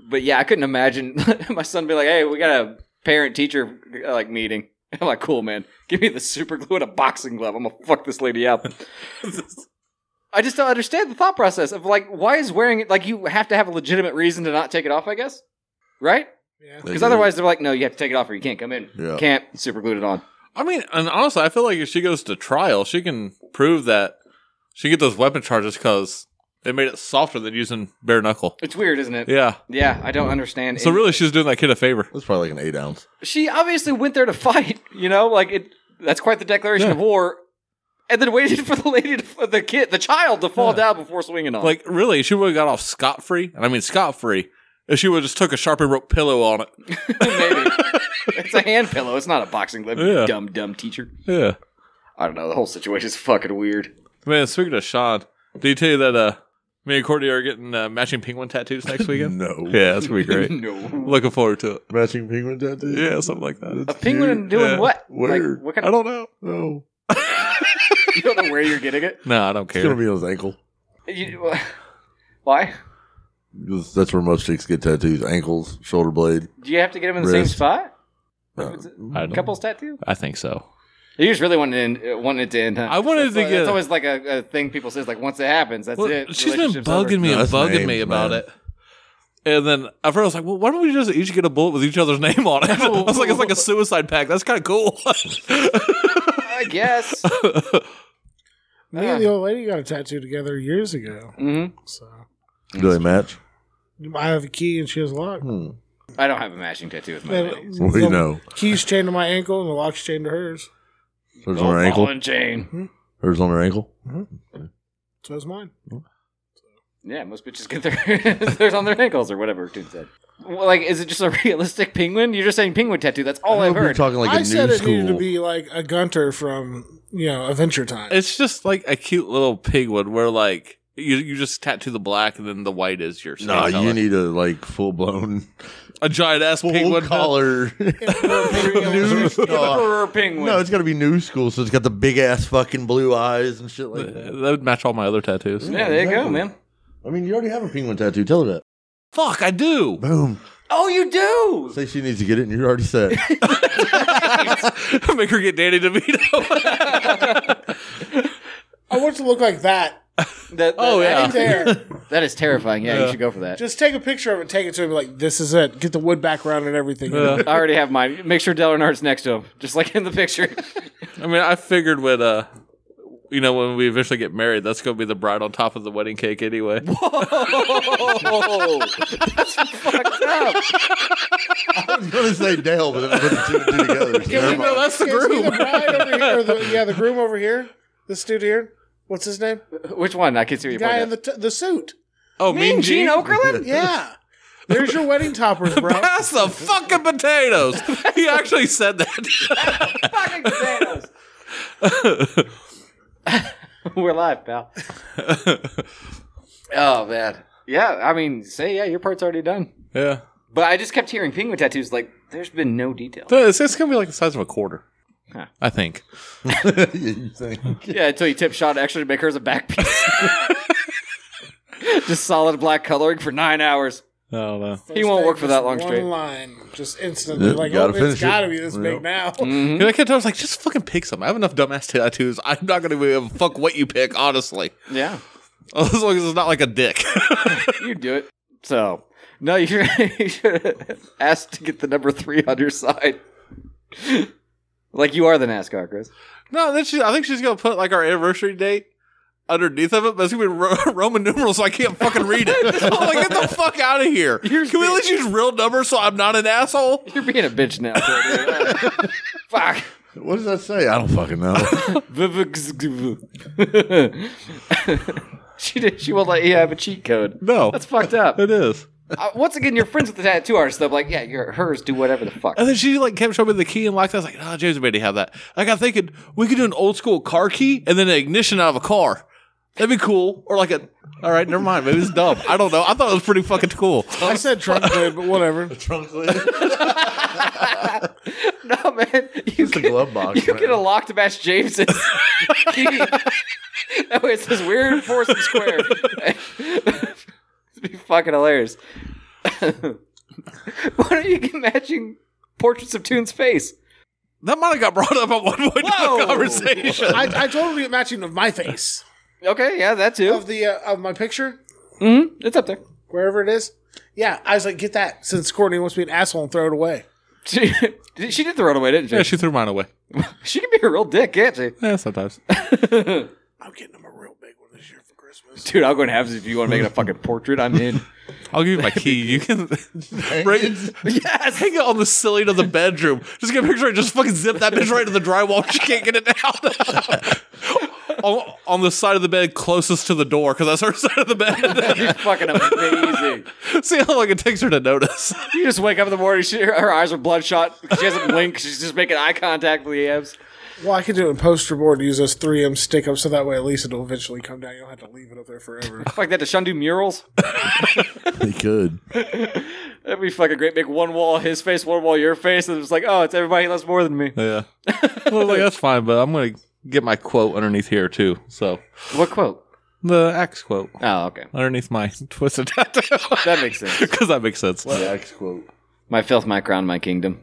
Speaker 1: But yeah, I couldn't imagine [LAUGHS] my son be like, "Hey, we got a parent teacher like meeting." [LAUGHS] I'm like, "Cool, man. Give me the super glue and a boxing glove. I'm gonna fuck this lady
Speaker 4: [LAUGHS]
Speaker 1: up." I just don't understand the thought process of like, why is wearing it like you have to have a legitimate reason to not take it off? I guess, right?
Speaker 3: Yeah.
Speaker 1: Because otherwise, they're like, "No, you have to take it off or you can't come in.
Speaker 5: Yeah.
Speaker 1: Can't super glue it on."
Speaker 4: I mean, and honestly, I feel like if she goes to trial, she can prove that she get those weapon charges because They made it softer than using bare knuckle.
Speaker 1: It's weird, isn't it?
Speaker 4: Yeah.
Speaker 1: Yeah, I don't understand.
Speaker 4: So
Speaker 1: And
Speaker 4: really, she's doing that kid a favor.
Speaker 5: That's probably like an eight ounce.
Speaker 1: she obviously went there to fight. You know, like it. That's quite the declaration of war. And then waited for the lady, to, for the kid, the child, to fall down before swinging on.
Speaker 4: Like really, she would have got off scot free, and I mean scot free. If she would have just took a sharpie rope pillow on it.
Speaker 1: [LAUGHS]
Speaker 4: [LAUGHS]
Speaker 1: maybe it's a hand pillow. It's not a boxing glove. you
Speaker 4: Yeah.
Speaker 1: Dumb, dumb teacher.
Speaker 4: Yeah.
Speaker 1: I don't know. The whole situation's fucking weird.
Speaker 4: Man, speaking of Sean, did he tell you that uh, me and Courtney are getting uh, matching penguin tattoos
Speaker 5: [LAUGHS]
Speaker 4: next weekend?
Speaker 5: No.
Speaker 4: Yeah, that's gonna be
Speaker 1: [LAUGHS]
Speaker 4: great.
Speaker 1: No,
Speaker 4: [LAUGHS] Looking forward to it.
Speaker 5: Matching penguin tattoo?
Speaker 4: Yeah, something like that.
Speaker 1: a penguin doing
Speaker 4: Yeah.
Speaker 1: what?
Speaker 5: Where?
Speaker 1: Like, what kind
Speaker 4: I
Speaker 1: of?
Speaker 4: don't know.
Speaker 5: No.
Speaker 1: You don't
Speaker 4: [LAUGHS]
Speaker 1: know where you're getting it.
Speaker 4: No, I don't
Speaker 5: It's going
Speaker 4: care.
Speaker 5: to be on his ankle.
Speaker 1: You, why?
Speaker 5: 'Cause That's where most chicks get tattoos ankles, shoulder blade.
Speaker 1: Do you have to get him in the same
Speaker 5: Wrist.
Speaker 1: spot?
Speaker 5: Uh,
Speaker 4: I don't-
Speaker 1: Couples tattoo?
Speaker 4: I think so.
Speaker 1: You just really wanted to end, uh, wanted it to end. Huh?
Speaker 4: I wanted
Speaker 1: that's
Speaker 4: to
Speaker 1: like-
Speaker 4: get-
Speaker 1: That's always like a, a thing people says. Like once it happens, that's
Speaker 4: uh, Well,
Speaker 1: it.
Speaker 4: she's been
Speaker 1: Relationship's
Speaker 4: bugging
Speaker 1: over.
Speaker 4: me
Speaker 5: No,
Speaker 4: and
Speaker 5: that's
Speaker 4: bugging me
Speaker 5: names,
Speaker 4: about
Speaker 5: man.
Speaker 4: it. And then at first I was like, well, why don't we just each get a bullet with each other's [LAUGHS] name
Speaker 1: [LAUGHS]
Speaker 4: on it? I was like, it's like a suicide pact. That's kind of cool. [LAUGHS]
Speaker 1: I guess.
Speaker 4: Mm.
Speaker 3: Me and the old lady got a tattoo together years ago.
Speaker 1: hmm
Speaker 3: So
Speaker 5: Do they match?
Speaker 3: I have a key and she has a lock.
Speaker 5: Hmm.
Speaker 1: I don't have a matching tattoo with my
Speaker 3: And
Speaker 1: name.
Speaker 5: Well,
Speaker 3: the
Speaker 5: you know,
Speaker 3: Key's chained to my ankle and the lock's chained to hers.
Speaker 5: hers on
Speaker 1: Oh,
Speaker 5: her
Speaker 1: ball
Speaker 5: ankle.
Speaker 1: and chain.
Speaker 5: Hers on her ankle.
Speaker 3: So is mine.
Speaker 1: Yeah, most bitches get their [LAUGHS] theirs on their ankles or whatever. Dude said. Well, like, is it just a [LAUGHS] realistic penguin? You're just saying penguin tattoo. That's all
Speaker 5: I
Speaker 1: I've
Speaker 5: hope You're
Speaker 1: heard.
Speaker 5: talking like a
Speaker 3: I
Speaker 5: new
Speaker 3: said it
Speaker 5: school.
Speaker 3: needed to be like a Gunter from you know Adventure Time.
Speaker 4: [LAUGHS] it's just like a cute little penguin where like you, you just tattoo the black and then the white is your skin
Speaker 5: nah,
Speaker 4: color.
Speaker 5: you need a like full blown
Speaker 4: a giant ass
Speaker 5: full
Speaker 4: penguin
Speaker 5: collar. [LAUGHS]
Speaker 1: Emperor [LAUGHS]
Speaker 5: New- no,
Speaker 1: Emperor penguin.
Speaker 5: no, it's got to be new school, so it's got the big ass fucking blue eyes and shit like
Speaker 4: That
Speaker 5: that.
Speaker 4: would match all my other tattoos.
Speaker 1: yeah, there you go,
Speaker 5: exactly.
Speaker 1: man.
Speaker 5: I mean, you already have a penguin tattoo. Tell her that.
Speaker 4: Fuck, I
Speaker 5: [LAUGHS]
Speaker 4: do. [LAUGHS]
Speaker 5: Boom.
Speaker 1: Oh, you do.
Speaker 5: Say she needs to get it, and you're already set.
Speaker 4: Make her get Danny DeVito.
Speaker 3: I want it to look like that
Speaker 1: That-
Speaker 4: Oh,
Speaker 1: that-
Speaker 4: [LAUGHS] yeah.
Speaker 3: right there.
Speaker 1: that is terrifying. Yeah, you should go for that.
Speaker 3: Just take a picture of it, take it to him. Like this is it. Get the wood background and everything.
Speaker 4: Yeah.
Speaker 1: I already have mine. Make sure Delanart's next to him, just like in the picture. [LAUGHS]
Speaker 4: I mean, I figured when uh, you know, when we eventually get married, that's gonna be the bride on top of the wedding cake anyway. [LAUGHS]
Speaker 1: Whoa, that's fucked up.
Speaker 5: I was going to say Dale, but then I put the two and two together. so never
Speaker 4: No,
Speaker 5: mind.
Speaker 4: that's the
Speaker 3: Is he the
Speaker 4: groom.
Speaker 3: bride over here,
Speaker 1: [LAUGHS]
Speaker 3: or the, yeah, the groom over here. This dude here. What's his name?
Speaker 1: Which one? I can see what
Speaker 3: The
Speaker 1: you're
Speaker 3: guy in
Speaker 1: pointing
Speaker 3: the, t- the suit.
Speaker 4: [LAUGHS] Oh,
Speaker 1: at. Mean Gene
Speaker 4: [LAUGHS]
Speaker 5: [LAUGHS]
Speaker 1: Okerlund.
Speaker 3: Yeah. There's your
Speaker 1: [LAUGHS]
Speaker 3: wedding toppers, bro.
Speaker 4: Pass the
Speaker 3: [LAUGHS]
Speaker 4: fucking potatoes. He actually said that. [LAUGHS]
Speaker 1: Fucking potatoes. [LAUGHS] We're live, pal. oh man. Yeah, I mean, say yeah, your part's already done.
Speaker 4: yeah,
Speaker 1: But I just kept hearing penguin tattoos. Like, there's been no detail.
Speaker 4: it's, it's gonna be like the size of a quarter.
Speaker 1: Huh.
Speaker 4: I think.
Speaker 5: [LAUGHS] Yeah, you
Speaker 1: [LAUGHS]
Speaker 5: think.
Speaker 1: Yeah, until you tip shot extra to make hers a back piece. [LAUGHS] just solid black coloring for nine hours.
Speaker 4: I don't know.
Speaker 1: He won't work for that long
Speaker 3: One
Speaker 1: straight.
Speaker 3: line, just instantly,
Speaker 5: Yeah,
Speaker 3: like
Speaker 5: gotta
Speaker 3: oh,
Speaker 5: finish
Speaker 3: it's got to
Speaker 5: it.
Speaker 3: be this
Speaker 5: Yeah.
Speaker 3: big now.
Speaker 1: [LAUGHS]
Speaker 4: You know, I kept I was like, just fucking pick something. I have enough dumbass tattoos. I'm not gonna be able to fuck what you pick, honestly. [LAUGHS]
Speaker 1: Yeah,
Speaker 4: As long as it's not like a dick. [LAUGHS]
Speaker 1: you do it. So, no, you should, [LAUGHS] you should ask to get the number three on your side. [LAUGHS] like you are the NASCAR, Chris.
Speaker 4: No, then she, I think she's gonna put like our anniversary date underneath of it, but it's gonna be ro- [LAUGHS] Roman numerals, so I can't fucking read [LAUGHS] it. I'm like, get the fuck out of here! Can we at least use real numbers so I'm not an asshole?
Speaker 1: You're being a bitch now. [LAUGHS] Cody. Fuck.
Speaker 5: What does that say? I don't fucking know.
Speaker 1: [LAUGHS] she did, she won't let you have a cheat code.
Speaker 4: No,
Speaker 1: That's fucked [LAUGHS] up.
Speaker 4: it is.
Speaker 1: Uh, once again, you're friends with the tattoo artist, though. Like, yeah, you're hers. Do whatever the [LAUGHS] fuck.
Speaker 4: And then she like kept showing me the key and locked. it. I was like, oh, James made me have that. Like I'm thinking we could do an old school car key and then an ignition out of a car. That'd be cool. Or like a. All right, never mind. Maybe it's dumb. I don't know. I thought it was pretty fucking cool.
Speaker 3: I said trunk blade, but
Speaker 1: [LAUGHS]
Speaker 3: whatever.
Speaker 5: Trunk lid.
Speaker 1: No, man. You
Speaker 5: It's a glove box.
Speaker 1: You
Speaker 5: man.
Speaker 1: get a lock to match [LAUGHS] James's key. [LAUGHS] that way it says weird foursome [LAUGHS] square. It'd be fucking hilarious. [LAUGHS] Why don't you get matching portraits of Toon's face?
Speaker 4: That might have got brought up at one point in
Speaker 1: Whoa.
Speaker 4: the conversation.
Speaker 3: I, I totally get matching of my face
Speaker 1: Okay, yeah, that too.
Speaker 3: of the uh, of my picture,
Speaker 1: Mm-hmm. It's up there.
Speaker 3: wherever it is. Yeah, I was like, get that since Courtney wants to be an asshole and throw it away.
Speaker 1: She, [LAUGHS] she did throw it away, didn't she?
Speaker 4: [LAUGHS] yeah, she threw mine away.
Speaker 1: She can be a real dick, can't she?
Speaker 4: Yeah, sometimes.
Speaker 3: I'm getting him a real big one this year for Christmas. Christmas.
Speaker 1: Dude, I'll go and have this if you want to make it a fucking portrait. I'm in.
Speaker 4: I'll give you my key. You [LAUGHS] can bring,
Speaker 1: yes.
Speaker 4: hang it on the ceiling of the bedroom. Just get a picture and just fucking zip that bitch right to the drywall. She can't get it out. [LAUGHS] on, on the side of the bed closest to the door because that's her [LAUGHS] side of the bed.
Speaker 1: You're [LAUGHS] fucking amazing.
Speaker 4: See how long it takes her to notice.
Speaker 1: You just wake up in the morning. She, her eyes are bloodshot. She [LAUGHS] hasn't blinked. She's just making eye contact with the abs.
Speaker 3: Well, I could do it in poster board. Use those three M stick ups, so that way at least it'll eventually come down. You don't have to leave it up
Speaker 1: [LAUGHS]
Speaker 3: there forever.
Speaker 1: Fuck that to Shundu murals.
Speaker 5: They could.
Speaker 1: That'd be fucking great. Make one wall his face, one wall your face, and it's like, oh, it's everybody loves more than me.
Speaker 4: [LAUGHS] Yeah. [LAUGHS] well, like, that's fine, but I'm going to get my quote underneath here, too. So
Speaker 1: What quote?
Speaker 4: the axe quote
Speaker 1: Oh, okay.
Speaker 4: underneath my [LAUGHS] twisted tattoo. [LAUGHS]
Speaker 1: That makes sense.
Speaker 4: Because that makes sense.
Speaker 5: Axe quote.
Speaker 1: My filth, my crown, my kingdom.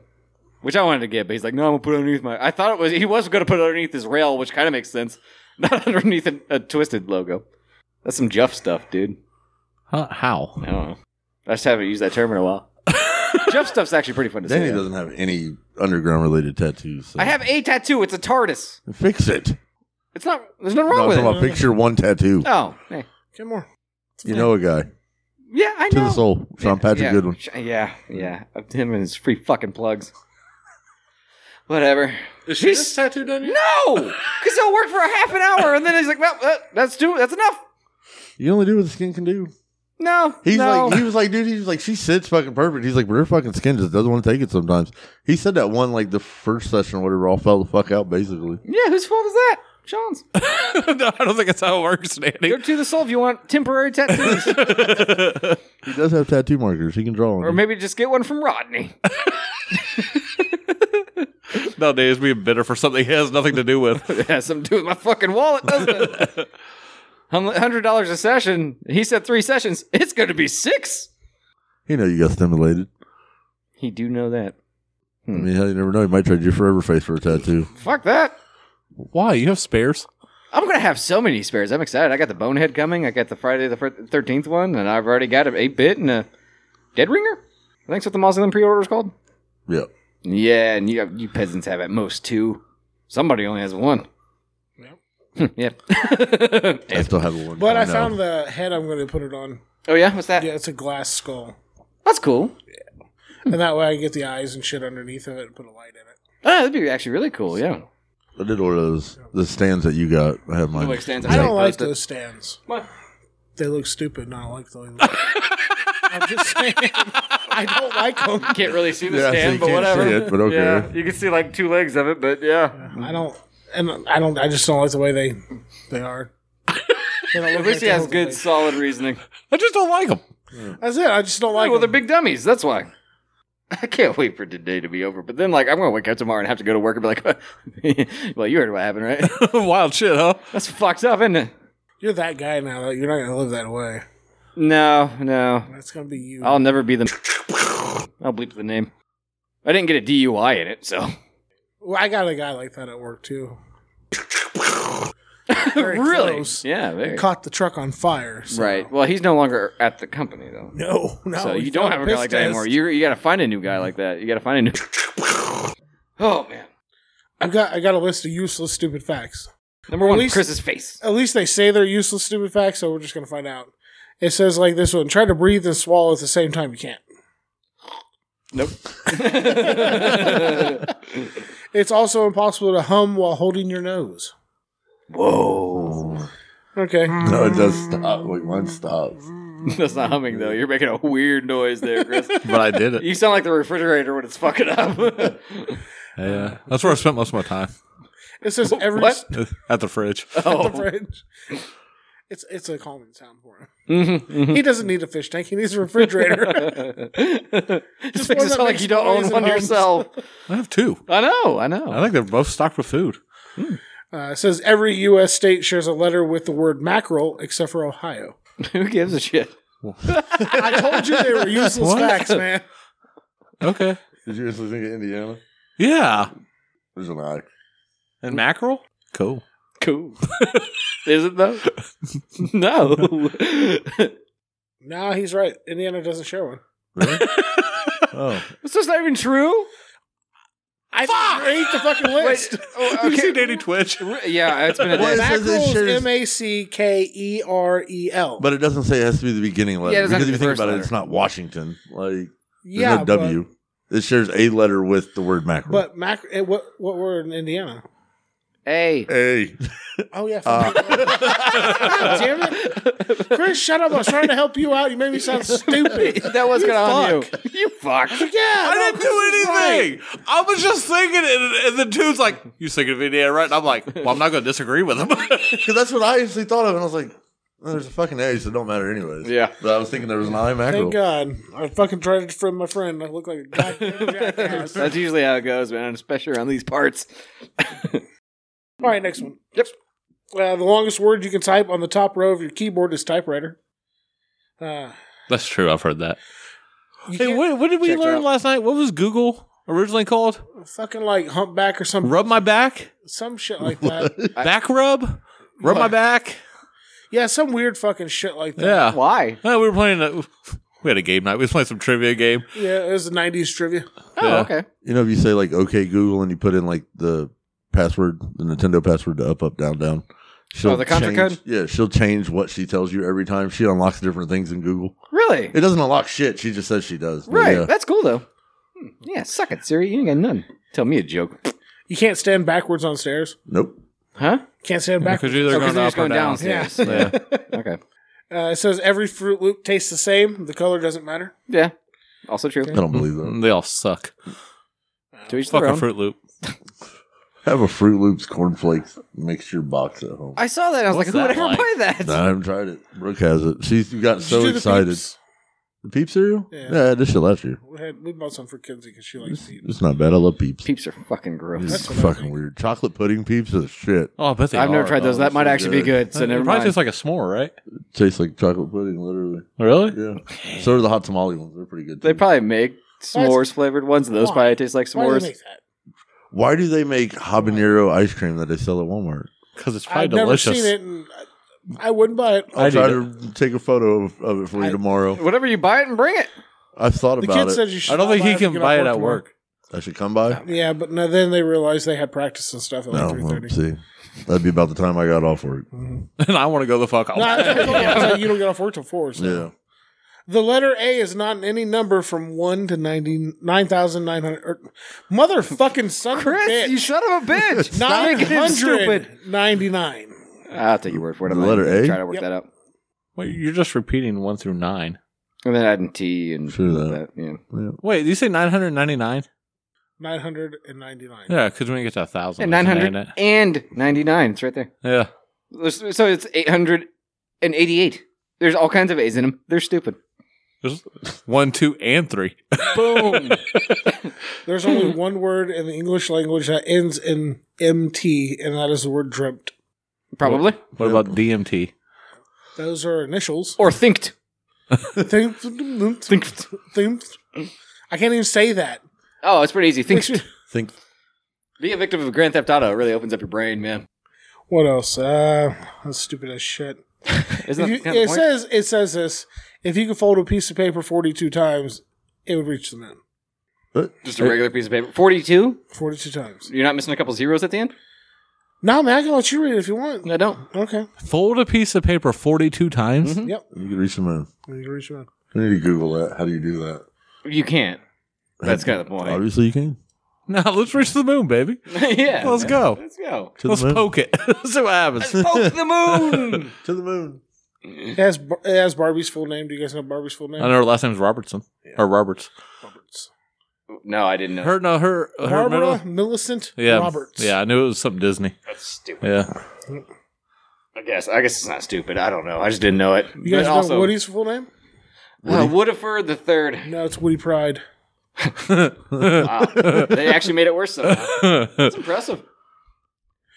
Speaker 1: Which I wanted to get, but he's like, no, I'm gonna put it underneath my. I thought it was he was gonna put it underneath his rail, which kind of makes sense, [LAUGHS] not underneath a, a twisted logo. That's some Juff stuff, dude.
Speaker 4: Huh, how?
Speaker 1: I
Speaker 5: Oh.
Speaker 1: don't know. I just haven't used that term in a
Speaker 5: [LAUGHS]
Speaker 1: while. Juff stuff's actually pretty fun to
Speaker 5: Danny
Speaker 1: say.
Speaker 5: doesn't have any underground related tattoos. So.
Speaker 1: I have a tattoo. It's a TARDIS.
Speaker 5: fix it.
Speaker 1: It's not. There's nothing
Speaker 5: No, I'm
Speaker 1: wrong
Speaker 5: talking
Speaker 1: with it.
Speaker 5: about picture one tattoo.
Speaker 1: Oh, hey.
Speaker 3: Get more.
Speaker 5: You know a guy
Speaker 1: yeah, I know.
Speaker 5: to the soul, Sean Patrick
Speaker 1: yeah,
Speaker 5: Goodwin.
Speaker 1: sh- Yeah, yeah. Of Him and his free fucking plugs. Whatever.
Speaker 4: Is
Speaker 1: she just
Speaker 4: tattooed on you?
Speaker 1: No, because he'll work for a half an hour and then he's like, well, uh, that's too. That's enough.
Speaker 5: You only do what the skin can do.
Speaker 1: No,
Speaker 5: He's
Speaker 1: no.
Speaker 5: like, he was like, dude, he was like, she sits fucking perfect. He's like, but her fucking skin just doesn't want to take it sometimes. He said that one like the first session or whatever, all fell the fuck out basically.
Speaker 1: yeah, whose fault is that? Sean's.
Speaker 4: [LAUGHS] no, I don't think that's how it works, Danny.
Speaker 1: Go to the soul if you want temporary
Speaker 5: [LAUGHS]
Speaker 1: tattoos,
Speaker 4: [LAUGHS]
Speaker 5: He does have tattoo markers. He can draw. on
Speaker 1: or
Speaker 5: them.
Speaker 1: maybe just get one from Rodney.
Speaker 4: Nowadays, being bitter for something he has nothing to do with.
Speaker 1: It [LAUGHS] has something to do with my fucking wallet, doesn't it? [LAUGHS] Hundred dollars a session. He said three sessions. It's going to be six.
Speaker 5: You know you got stimulated.
Speaker 1: He do know that.
Speaker 5: I mean, hell, you never know. He might trade your forever face for a tattoo.
Speaker 1: Fuck that.
Speaker 4: [LAUGHS] Why? You have spares?
Speaker 1: I'm gonna have so many spares. I'm excited. I got the Bonehead coming. I got the Friday the Thirteenth one, and I've already got an eight bit and a Dead Ringer. I think that's what the Mausoleum pre-order is called.
Speaker 5: Yeah.
Speaker 1: Yeah, and you you peasants have at most two. Somebody only has one. [LAUGHS] Hmm, yeah. [LAUGHS]
Speaker 5: I still have one.
Speaker 3: But I
Speaker 5: know.
Speaker 3: found the head. I'm going to put it on.
Speaker 1: oh yeah, what's that?
Speaker 3: Yeah, it's a glass skull,
Speaker 1: That's cool.
Speaker 3: and that way I can get the eyes and shit underneath of it and put a light in it.
Speaker 1: Oh, that'd be actually really cool. Yeah.
Speaker 5: I did order those the stands that you got. I have mine.
Speaker 1: Like stands.
Speaker 3: I don't like
Speaker 1: posted.
Speaker 3: those stands.
Speaker 1: What?
Speaker 3: They look stupid, and I don't like the way they
Speaker 1: [LAUGHS]
Speaker 3: look. I'm just saying, I don't like them.
Speaker 1: Can't really see the
Speaker 5: Yeah, so
Speaker 1: stand,
Speaker 5: you
Speaker 1: but
Speaker 5: can't
Speaker 1: whatever.
Speaker 5: see it, but okay.
Speaker 1: Yeah, you can see like two legs of it, but yeah.
Speaker 3: I don't, and I don't. I just don't like the way they they are. They don't look
Speaker 1: At least
Speaker 3: like
Speaker 1: he
Speaker 3: the
Speaker 1: has
Speaker 3: whole
Speaker 1: good,
Speaker 3: thing.
Speaker 1: solid reasoning.
Speaker 4: I just don't like them.
Speaker 3: That's it. I just don't [LAUGHS] like.
Speaker 1: well, they're
Speaker 3: 'em.
Speaker 1: big dummies. That's why. I can't wait for today to be over. But then, like, I'm going to wake up tomorrow and have to go to work and be like, [LAUGHS] well, you heard what happened, right? [LAUGHS]
Speaker 4: [LAUGHS] Wild shit, huh?
Speaker 1: That's fucked up, isn't it?
Speaker 3: You're that guy now. That you're not gonna live that way.
Speaker 1: No, no.
Speaker 3: That's gonna be you.
Speaker 1: I'll never be the. [LAUGHS] I'll bleep the name. I didn't get a DUI in it, so.
Speaker 3: Well, I got a guy like that at
Speaker 1: [LAUGHS]
Speaker 3: work too. Very
Speaker 1: really?
Speaker 3: close.
Speaker 1: Yeah, very.
Speaker 3: Caught the truck on fire. so-
Speaker 1: Right. Well, he's no longer at the company, though.
Speaker 3: No, [LAUGHS] no.
Speaker 1: so
Speaker 3: he
Speaker 1: you don't
Speaker 3: failed
Speaker 1: have a guy
Speaker 3: piss
Speaker 1: like that
Speaker 3: test.
Speaker 1: anymore. You, you got to find a new guy like that. You got to find a new. [LAUGHS] Oh, man.
Speaker 3: I got I got a list of useless stupid facts.
Speaker 1: Number one,
Speaker 3: least-
Speaker 1: Chris's face.
Speaker 3: At least they say they're useless stupid facts, so we're just gonna find out. It says like this one: try to breathe and swallow at the same time. You can't.
Speaker 1: Nope. [LAUGHS]
Speaker 3: It's also impossible to hum while holding your nose.
Speaker 1: Whoa.
Speaker 3: Okay.
Speaker 1: Hmm.
Speaker 5: No, it does stop. Wait, mine stops.
Speaker 1: That's not humming though. You're making a weird noise there, Chris.
Speaker 4: But I did
Speaker 1: [LAUGHS]
Speaker 4: it.
Speaker 1: you sound like the refrigerator when it's fucking up. [LAUGHS]
Speaker 4: Yeah. That's where I spent most of my time
Speaker 3: It says every
Speaker 1: What?
Speaker 4: at the [LAUGHS] fridge.
Speaker 3: [LAUGHS] the
Speaker 1: oh.
Speaker 3: fridge. It's it's a calming sound for
Speaker 5: [LAUGHS]
Speaker 3: him.
Speaker 5: Mm-hmm,
Speaker 3: He doesn't need a fish tank. He needs a
Speaker 5: [LAUGHS]
Speaker 3: refrigerator.
Speaker 1: Just makes
Speaker 3: one
Speaker 1: it
Speaker 3: that
Speaker 1: sound like
Speaker 3: makes
Speaker 1: you don't
Speaker 3: noise
Speaker 1: own
Speaker 3: and
Speaker 1: one
Speaker 3: hums.
Speaker 1: yourself.
Speaker 4: I have two.
Speaker 1: [LAUGHS] I know, I know.
Speaker 4: I think they're both stocked with food.
Speaker 3: uh, it says every U.S. state shares a letter with the word mackerel, except for Ohio.
Speaker 1: [LAUGHS] Who gives a shit?
Speaker 3: I told you
Speaker 5: [LAUGHS]
Speaker 3: they were useless
Speaker 4: What?
Speaker 3: facts, man.
Speaker 4: Okay.
Speaker 5: Did you actually think of Indiana?
Speaker 4: Yeah.
Speaker 5: There's an eye.
Speaker 4: And mackerel? Cool.
Speaker 1: Cool. [LAUGHS] Is it though? [LAUGHS] Oh, no.
Speaker 3: No, he's right.
Speaker 1: [LAUGHS]
Speaker 3: Indiana doesn't share one.
Speaker 5: Oh,
Speaker 1: It's just not even true.
Speaker 3: I read the fucking list.
Speaker 4: Have you seen Danny Twitch?
Speaker 1: [LAUGHS] Yeah, it's been a
Speaker 5: What
Speaker 1: day.
Speaker 5: is- says this
Speaker 3: Mackerel
Speaker 5: shit is-
Speaker 3: is M A C K E R E L.
Speaker 5: But it doesn't say it has to be the beginning letter
Speaker 1: Yeah, it doesn't have
Speaker 5: because
Speaker 1: to
Speaker 5: if you
Speaker 1: be
Speaker 5: think
Speaker 1: first
Speaker 5: about it,
Speaker 1: letter.
Speaker 5: it's not Washington. Like there's
Speaker 3: yeah,
Speaker 5: no W. it shares a letter with the word mackerel.
Speaker 3: But, but mac- eh, what what were in Indiana?
Speaker 1: [LAUGHS] Hey,
Speaker 5: a [LAUGHS]
Speaker 3: Oh yeah. God damn it, Chris! Shut up! I was trying to help you out. You made me sound stupid.
Speaker 1: [LAUGHS] that was good on you. [LAUGHS] You fuck.
Speaker 3: Yeah,
Speaker 4: I
Speaker 3: no,
Speaker 4: didn't
Speaker 3: Chris is
Speaker 4: do
Speaker 3: right.
Speaker 4: anything. I was just singing it, and, and the dude's like, "You singing Indiana, right?" And I'm like, "Well, I'm not going to disagree with him." [LAUGHS]
Speaker 5: because that's what I actually thought of, and I was like, "Oh, "There's a fucking A, so it don't matter anyways."
Speaker 1: Yeah.
Speaker 5: But I was thinking there was an I mackerel.
Speaker 3: Thank God, I fucking tried to defend my friend. I look like a goddamn jackass.
Speaker 1: [LAUGHS] [LAUGHS]
Speaker 3: All
Speaker 1: That's usually how it goes, man, especially around these parts.
Speaker 3: right, next one. Yep. Uh, the longest word you can type on the top row of your keyboard is typewriter. Uh,
Speaker 4: That's true. I've heard that.
Speaker 3: you
Speaker 4: Hey,
Speaker 3: can't-
Speaker 4: what, what did we
Speaker 1: Check it
Speaker 4: learn
Speaker 1: out.
Speaker 4: last night? What was Google originally called?
Speaker 3: fucking like humpback or some
Speaker 4: Rub my back,
Speaker 3: some shit like that.
Speaker 4: back rub, rub my
Speaker 3: What?
Speaker 4: back.
Speaker 3: yeah, some weird fucking shit like that.
Speaker 4: Yeah,
Speaker 1: Why?
Speaker 4: Uh, we were playing. A, we had a game night. We was playing some trivia game.
Speaker 3: Yeah, it was the '90s trivia.
Speaker 1: Oh,
Speaker 4: Yeah.
Speaker 1: okay.
Speaker 5: You know, if you say like "Okay Google" and you put in like the password, the Nintendo password to up, up, down, down. She'll
Speaker 1: Oh, the contra
Speaker 5: change-
Speaker 1: code?
Speaker 5: Yeah, she'll change what she tells you every time. She unlocks different things in Google.
Speaker 1: Really?
Speaker 5: It doesn't unlock shit. She just says she does. But
Speaker 1: right.
Speaker 5: yeah.
Speaker 1: That's cool, though. Hmm. Yeah, suck it, Siri. You ain't got none. Tell me a joke.
Speaker 3: You can't stand backwards on stairs.
Speaker 5: Nope.
Speaker 1: Huh?
Speaker 3: Can't stand
Speaker 4: Because
Speaker 3: backwards.
Speaker 4: you're either
Speaker 1: Oh, 'cause
Speaker 4: going
Speaker 1: they're
Speaker 4: up
Speaker 1: just going
Speaker 4: or down.
Speaker 1: downstairs.
Speaker 4: Yeah.
Speaker 1: [LAUGHS] okay.
Speaker 3: Uh, it says every Fruit Loop tastes the same. The color doesn't matter.
Speaker 1: Yeah. Also true.
Speaker 5: I don't believe that.
Speaker 4: They all suck.
Speaker 1: To each
Speaker 4: Fuck
Speaker 1: their
Speaker 4: a
Speaker 1: own.
Speaker 4: Fruit Loop.
Speaker 5: Have a Fruit Loops cornflakes mixture box at home.
Speaker 1: I saw that. and I was
Speaker 4: What's
Speaker 1: like, who would ever
Speaker 4: that like?
Speaker 1: buy that?
Speaker 5: No, I haven't tried it. Brooke has it. She's got
Speaker 3: Did
Speaker 5: so
Speaker 3: you do the
Speaker 5: excited.
Speaker 3: peeps?
Speaker 5: The peep cereal?
Speaker 3: Yeah.
Speaker 5: Yeah, I had this shit last year.
Speaker 3: We, had, we bought some for Kinsey because she likes to eat.
Speaker 5: It's not bad. I love peeps.
Speaker 1: Peeps are fucking gross.
Speaker 5: It's
Speaker 3: what I
Speaker 5: fucking
Speaker 3: think.
Speaker 5: weird. Chocolate pudding peeps is shit.
Speaker 4: Oh, I bet they.
Speaker 1: I've never
Speaker 4: are.
Speaker 1: tried those. That might
Speaker 5: those are
Speaker 1: actually be
Speaker 5: good.
Speaker 1: good. So
Speaker 4: It
Speaker 1: never
Speaker 4: probably
Speaker 1: mind.
Speaker 4: tastes like a s'more, right?
Speaker 5: tastes like chocolate pudding, literally.
Speaker 4: Really?
Speaker 5: Yeah. so do the hot tamale ones. They're pretty good.
Speaker 1: They
Speaker 5: too.
Speaker 1: probably make
Speaker 3: Why is-
Speaker 1: s'mores flavored ones, and those
Speaker 3: Why?
Speaker 1: probably taste like
Speaker 3: Why do they
Speaker 1: s'mores.
Speaker 3: make that?
Speaker 5: Why do they make habanero ice cream that they sell at Walmart?
Speaker 4: Because it's probably
Speaker 3: I've
Speaker 4: delicious.
Speaker 3: never seen it, and I, I wouldn't buy it.
Speaker 5: I'll
Speaker 4: I
Speaker 5: try
Speaker 4: need
Speaker 5: to take a photo of, of it for you
Speaker 3: I-
Speaker 5: tomorrow.
Speaker 1: Whatever you buy it and bring it.
Speaker 5: I've thought
Speaker 3: The
Speaker 5: about
Speaker 3: kid
Speaker 5: it.
Speaker 3: said you should.
Speaker 4: I don't
Speaker 3: not
Speaker 4: think
Speaker 3: buy
Speaker 4: he
Speaker 3: if
Speaker 4: can
Speaker 3: you
Speaker 4: buy it
Speaker 3: don't
Speaker 4: at
Speaker 3: tomorrow.
Speaker 4: work.
Speaker 5: I should come by.
Speaker 3: Yeah, but no, then they realized they had practice and stuff at like
Speaker 5: No,
Speaker 3: three
Speaker 5: well,
Speaker 3: thirty.
Speaker 5: see, that'd be about the time I got off work.
Speaker 4: [LAUGHS] and I want to go the fuck off.
Speaker 3: No, I was gonna call you, so you don't get off work till four. So.
Speaker 5: Yeah,
Speaker 3: The letter A is not in any number from one to ninety nine thousand nine hundred. er, Motherfucking son
Speaker 1: Chris,
Speaker 3: of a bitch.
Speaker 1: you son of a
Speaker 3: [LAUGHS]
Speaker 1: bitch. Stop
Speaker 3: Nine
Speaker 1: making him stupid.
Speaker 3: hundred ninety nine.
Speaker 1: I'll take your word for it. I'm
Speaker 5: The
Speaker 1: not
Speaker 5: letter
Speaker 1: even
Speaker 5: A?
Speaker 1: Try to work
Speaker 3: Yep.
Speaker 1: that out.
Speaker 4: Wait, you're just repeating one through nine.
Speaker 1: And then adding T and
Speaker 5: True
Speaker 1: that.
Speaker 5: that.
Speaker 1: Yeah.
Speaker 4: Wait, did you say 999?
Speaker 3: Nine hundred and ninety nine.
Speaker 4: Yeah, because we didn't get to a thousand.
Speaker 1: And
Speaker 4: there's an
Speaker 1: 900
Speaker 4: A
Speaker 1: and 99. It's right there.
Speaker 4: in it.
Speaker 1: There's- So it's 888. There's all kinds of A's in them. They're stupid.
Speaker 4: Yeah. There's [LAUGHS] one, two, and three.
Speaker 1: Boom.
Speaker 3: There's only one word in the English language that ends in MT, and that is the word dreamt.
Speaker 1: [LAUGHS] Probably.
Speaker 4: What about DMT?
Speaker 3: Those are initials.
Speaker 1: [LAUGHS] Or thinked.
Speaker 3: Think- think-
Speaker 1: Thinked.
Speaker 3: think- I can't even say that.
Speaker 1: Oh, it's pretty easy. [LAUGHS] Thinked.
Speaker 5: think
Speaker 1: Being a victim of Grand Theft Auto really opens up your brain, man.
Speaker 3: [LAUGHS] What else? Uh, that's stupid as shit.
Speaker 1: Isn't
Speaker 3: If
Speaker 1: that
Speaker 3: you-
Speaker 1: kind of
Speaker 3: it
Speaker 1: the point?
Speaker 3: says it says this. If you could fold a piece of paper 42 times, it would reach the moon.
Speaker 5: uh,
Speaker 1: Just a regular piece of paper. 42?
Speaker 3: 42 times.
Speaker 1: You're not missing a couple zeros at the end?
Speaker 3: No, man, I can let you read it if you want.
Speaker 1: I don't.
Speaker 3: Okay.
Speaker 4: Fold a piece of paper 42 times?
Speaker 3: Yep.
Speaker 5: you can reach them in.
Speaker 3: You can reach the moon.
Speaker 5: I need to Google that. How do you do that?
Speaker 1: You can't. That's kind of the point.
Speaker 5: Obviously, you can.
Speaker 4: Now let's reach the moon, baby.
Speaker 1: [LAUGHS] yeah.
Speaker 4: Let's
Speaker 1: man.
Speaker 4: go.
Speaker 1: Let's go.
Speaker 5: To
Speaker 4: Let's
Speaker 5: the moon.
Speaker 4: poke it. [LAUGHS] See what happens.
Speaker 1: Poke the moon.
Speaker 5: to the moon.
Speaker 3: It has, Bar- it has Barbie's full name. Do you guys know Barbie's full
Speaker 4: I
Speaker 3: name?
Speaker 4: know her last name is Robertson. Or Roberts.
Speaker 3: Roberts.
Speaker 1: [LAUGHS] no, I didn't know.
Speaker 4: Her no her, her middle-
Speaker 3: Barbara Millicent
Speaker 4: yeah,
Speaker 3: Roberts.
Speaker 4: Yeah, I knew it was something Disney.
Speaker 1: That's stupid.
Speaker 3: [LAUGHS]
Speaker 4: Yeah. [LAUGHS]
Speaker 1: I guess. I guess it's not stupid. I don't know. I just didn't know it.
Speaker 3: You guys
Speaker 1: But
Speaker 3: know
Speaker 1: also,
Speaker 3: Woody's full name?
Speaker 1: Uh, Woodiford the Third.
Speaker 3: No, it's Woody Pride.
Speaker 1: Wow. they actually made it worse somehow. That's [LAUGHS] impressive.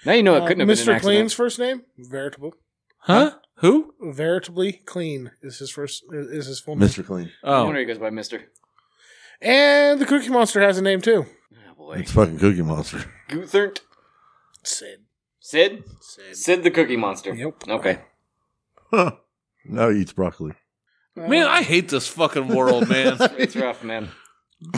Speaker 1: Now you know it
Speaker 3: Uh,
Speaker 1: couldn't have been an
Speaker 3: Mr.
Speaker 1: accident.
Speaker 3: Clean's first name? Veritable.
Speaker 4: huh? Who?
Speaker 3: Veritably Clean is his first is his full name.
Speaker 5: Mr. Clean.
Speaker 1: I
Speaker 4: Oh.
Speaker 1: wonder he goes by Mister.
Speaker 3: And the Cookie Monster has a name too.
Speaker 1: Oh boy,
Speaker 5: It's fucking Cookie [LAUGHS] Monster.
Speaker 1: Guthert,
Speaker 3: Sid.
Speaker 1: Sid, Sid the Cookie Monster.
Speaker 3: Yep.
Speaker 1: Okay.
Speaker 5: now he eats broccoli.
Speaker 3: Uh,
Speaker 4: Man, [LAUGHS] I hate this fucking world, man.
Speaker 1: [LAUGHS] It's rough, man.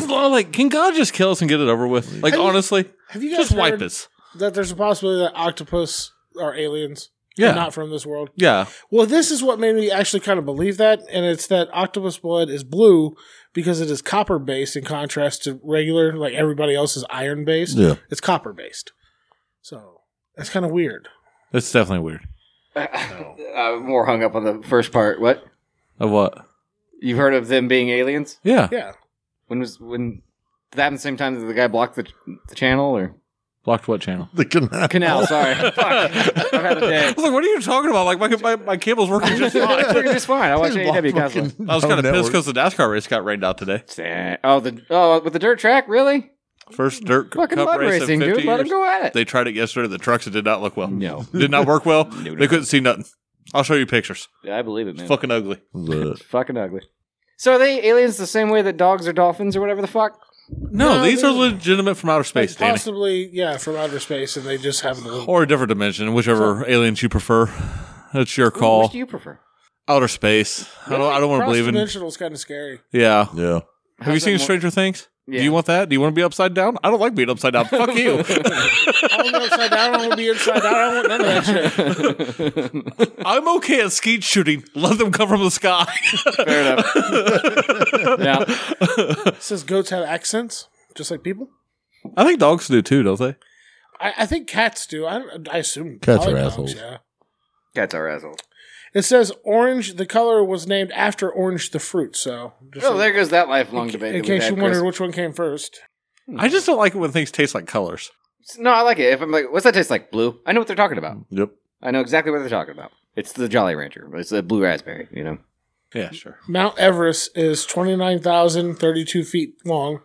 Speaker 4: Well, like, can God just kill us and get it over with? Like,
Speaker 3: I mean,
Speaker 4: honestly,
Speaker 3: Have you guys
Speaker 4: just wipe
Speaker 3: heard
Speaker 4: us.
Speaker 3: that there's a possibility that octopus are aliens?
Speaker 4: Yeah.
Speaker 3: and Not from this world.
Speaker 4: Yeah.
Speaker 3: Well, this is what made me actually kind of believe that, and it's that octopus blood is blue because it is copper based in contrast to regular, like everybody else is iron based.
Speaker 5: Yeah.
Speaker 3: It's copper based. So that's kind of weird.
Speaker 4: That's definitely weird.
Speaker 1: [LAUGHS] I'm more hung up on the first part. What?
Speaker 4: Of what?
Speaker 1: You've heard of them being aliens?
Speaker 3: [LAUGHS]
Speaker 4: Yeah.
Speaker 3: Yeah.
Speaker 1: When was when did that happen the same time that the guy blocked the, the channel or
Speaker 4: Blocked what channel?
Speaker 5: The canal.
Speaker 1: canal? Sorry, [LAUGHS] Fuck. I've
Speaker 4: [LAUGHS]
Speaker 1: had a
Speaker 4: I
Speaker 1: day.
Speaker 4: was like, what are you talking about? Like, my, my, my cable's
Speaker 3: [LAUGHS]
Speaker 4: working just fine.
Speaker 1: [LAUGHS] It's working just fine. I
Speaker 5: [LAUGHS]
Speaker 1: watch E AEW constantly.
Speaker 4: I was kind of pissed because the NASCAR race got rained out today.
Speaker 1: Damn. Oh, the oh with the dirt track, really?
Speaker 4: First dirt
Speaker 1: Fucking
Speaker 4: cup
Speaker 1: mud
Speaker 4: race
Speaker 1: racing,
Speaker 4: in 50
Speaker 1: dude. Let them
Speaker 4: years.
Speaker 1: go at it.
Speaker 4: They tried it yesterday. The trucks it did not look well.
Speaker 1: no,
Speaker 4: Did not work well.
Speaker 1: [LAUGHS] No, no.
Speaker 4: They couldn't see nothing. I'll show you pictures.
Speaker 1: I believe it, man.
Speaker 4: Fucking ugly.
Speaker 5: the
Speaker 1: It's fucking ugly. So are they aliens the same way that dogs are dolphins or whatever the fuck?
Speaker 4: No,
Speaker 3: No,
Speaker 4: these
Speaker 3: they-
Speaker 4: are legitimate from outer
Speaker 3: Like,
Speaker 4: space, Danny.
Speaker 3: possibly, yeah, from outer space, and they just haven't.
Speaker 4: Or a different dimension, whichever aliens you prefer. That's your
Speaker 1: Which
Speaker 4: call.
Speaker 1: do you prefer?
Speaker 4: Outer space. I don't. I don't want to believe in.
Speaker 3: Dimensional is kind of scary.
Speaker 4: Yeah.
Speaker 5: yeah.
Speaker 4: Have you
Speaker 1: How's that
Speaker 4: seen
Speaker 1: more-
Speaker 4: Stranger Things?
Speaker 1: Yeah.
Speaker 4: Do you want that? Do you want to be upside down? I don't like being upside down.
Speaker 1: [LAUGHS]
Speaker 4: Fuck you.
Speaker 3: I don't want to be upside down. I don't want to be inside out. I don't want none of that shit.
Speaker 1: [LAUGHS]
Speaker 4: I'm okay at skeet shooting. Let them come from
Speaker 1: [LAUGHS]
Speaker 4: the sky.
Speaker 1: Fair enough.
Speaker 4: [LAUGHS]
Speaker 1: yeah.
Speaker 3: Says goats have accents, just like people.
Speaker 4: I think dogs do too, don't they?
Speaker 3: I, I think cats do. I, don't- I assume
Speaker 5: Cats
Speaker 3: probably
Speaker 5: are
Speaker 3: dogs,
Speaker 5: assholes.
Speaker 3: Yeah.
Speaker 1: Cats are assholes.
Speaker 3: It says orange. The color was named after orange, the fruit. So, just
Speaker 1: Oh,
Speaker 3: in-
Speaker 1: there goes that lifelong
Speaker 3: in,
Speaker 1: debate. that we've
Speaker 3: case
Speaker 1: had,
Speaker 3: you wondered
Speaker 1: Chris.
Speaker 3: which one came first,
Speaker 4: I just don't like it when things taste like colors.
Speaker 1: No, I like it. If I'm like, what's that taste like? Blue. I know what they're talking about.
Speaker 5: Yep.
Speaker 1: I know exactly what they're talking about. It's the Jolly Rancher. It's the blue raspberry. You know.
Speaker 4: Yeah, sure.
Speaker 3: Mount Everest is twenty nine thousand thirty two feet long,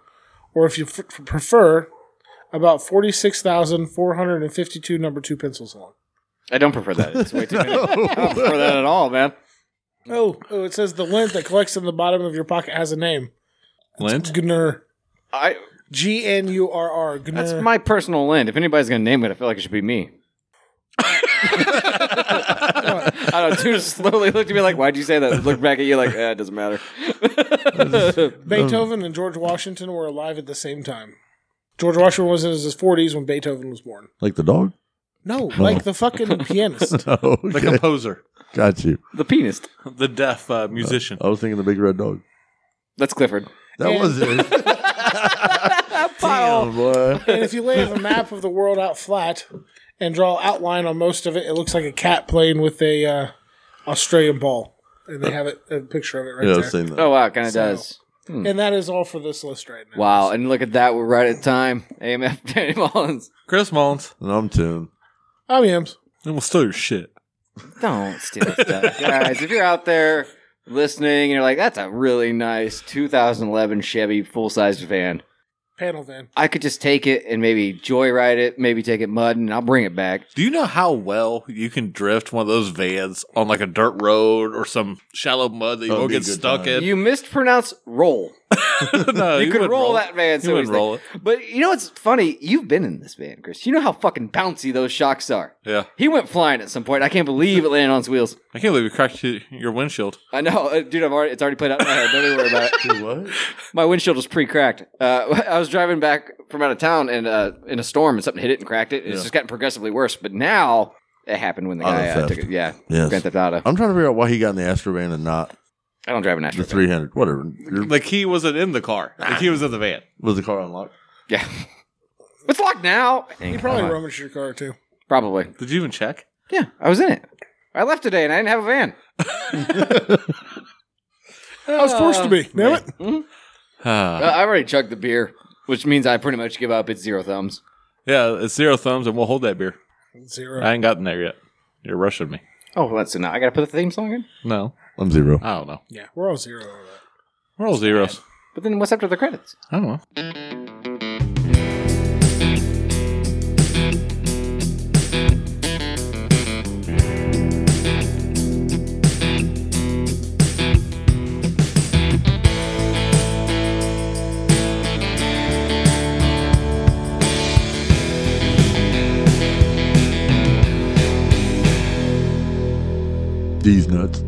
Speaker 3: or if you f- prefer, about forty six thousand four hundred and fifty two number two pencils long.
Speaker 1: I don't prefer that. It's
Speaker 4: [LAUGHS]
Speaker 1: way too many. I don't prefer that at all, man.
Speaker 3: Oh, oh! It says the lint that collects in the bottom of your pocket has a name.
Speaker 4: Lint.
Speaker 3: Gnur.
Speaker 1: I.
Speaker 3: G N U R R. Gnur.
Speaker 1: That's my personal land. If anybody's gonna name it, I feel like it should be me. I don't know. Dude slowly looked at me like, "Why'd you say that?" Looked back at you like, eh, "It doesn't matter."
Speaker 3: Beethoven and George Washington were alive at the same time. George Washington was in his 40s when Beethoven was born.
Speaker 5: Like the [LAUGHS] dog?
Speaker 3: No, like the fucking pianist.
Speaker 5: No.
Speaker 4: The
Speaker 5: [LAUGHS] Oh, Okay.
Speaker 4: composer,
Speaker 5: Got you.
Speaker 1: the penis.
Speaker 4: the deaf uh, musician.
Speaker 5: I was thinking the big red dog.
Speaker 1: That's Clifford.
Speaker 5: That
Speaker 3: Yeah.
Speaker 5: was it.
Speaker 1: [LAUGHS] Pile.
Speaker 5: [LAUGHS] Damn, boy.
Speaker 3: And if you lay a map of the world out flat and draw an outline on most of it, it looks like a cat playing with a uh, Australian ball. And they have it, a picture of it right
Speaker 5: Yeah,
Speaker 3: there.
Speaker 5: I've seen that.
Speaker 1: Oh wow, kind of
Speaker 3: So-
Speaker 1: does.
Speaker 3: And that is all for this list right now.
Speaker 1: Wow, and look at that. We're right at time. [LAUGHS] AMF Danny Mullins.
Speaker 4: Chris Mullins.
Speaker 5: And I'm tuned.
Speaker 3: I'm Yams.
Speaker 4: And we'll steal your shit.
Speaker 1: Don't steal [LAUGHS] stuff, guys. If you're out there listening and you're like, "That's a really nice 2011 Chevy full-sized van,"
Speaker 3: Panel van.
Speaker 1: I could just take it and maybe joyride it, maybe take it mud, and I'll bring it back.
Speaker 4: Do you know how well you can drift one of those vans on like a dirt road or some shallow mud that you
Speaker 5: Oh, it'd
Speaker 4: won't
Speaker 5: be a
Speaker 4: get
Speaker 5: good
Speaker 4: stuck
Speaker 5: time.
Speaker 4: in?
Speaker 1: You mispronounce roll.
Speaker 4: [LAUGHS] no,
Speaker 1: You, could
Speaker 4: wouldn't
Speaker 1: roll, that van
Speaker 4: you
Speaker 1: so
Speaker 4: wouldn't
Speaker 1: easily.
Speaker 4: roll it.
Speaker 1: But you know what's funny? You've been in this van, Chris. You know how fucking bouncy those shocks are.
Speaker 4: Yeah,
Speaker 1: He went flying at some point. I can't believe it landed on its wheels.
Speaker 4: I can't believe you cracked your, your windshield.
Speaker 1: I know, uh, dude. I've already it's already played out in my head. Don't even worry about it.
Speaker 5: Dude, what?
Speaker 1: My windshield was pre-cracked. Uh, [LAUGHS] I was driving back from out of town and uh, in a storm, and something hit it and cracked it. And It's just gotten progressively worse. But now it happened when the
Speaker 5: Auto
Speaker 1: guy uh,
Speaker 5: theft.
Speaker 1: took it. Yeah,
Speaker 5: Yes. Oh.
Speaker 1: Grand Theft Auto.
Speaker 5: I'm trying to figure out why he got in the Astro van and not
Speaker 1: I don't drive an
Speaker 5: the
Speaker 1: Astro.
Speaker 5: 300. Whatever. Your-
Speaker 4: The key wasn't in the car. The key was in the van.
Speaker 5: was the car unlocked?
Speaker 1: Yeah, [LAUGHS] it's locked now.
Speaker 3: You probably rummaged your car too.
Speaker 1: Probably.
Speaker 4: Did you even
Speaker 5: [SIGHS]
Speaker 4: check?
Speaker 1: Yeah, I was in it. I left today and I didn't have a van.
Speaker 3: I was forced to be. Damn it.
Speaker 5: Ah.
Speaker 1: Uh, I already chugged the beer, which means I pretty much give up. It's zero thumbs.
Speaker 4: yeah, it's zero thumbs, and we'll hold that beer.
Speaker 3: Zero.
Speaker 4: I ain't gotten there yet. You're rushing me.
Speaker 1: Oh, well, that's enough. I got to put the theme song in.
Speaker 4: No,
Speaker 5: I'm zero.
Speaker 4: I don't know.
Speaker 3: yeah, we're all zero. over that.
Speaker 4: We're all zeros.
Speaker 1: But then what's after the credits?
Speaker 4: I don't know.
Speaker 5: These nuts.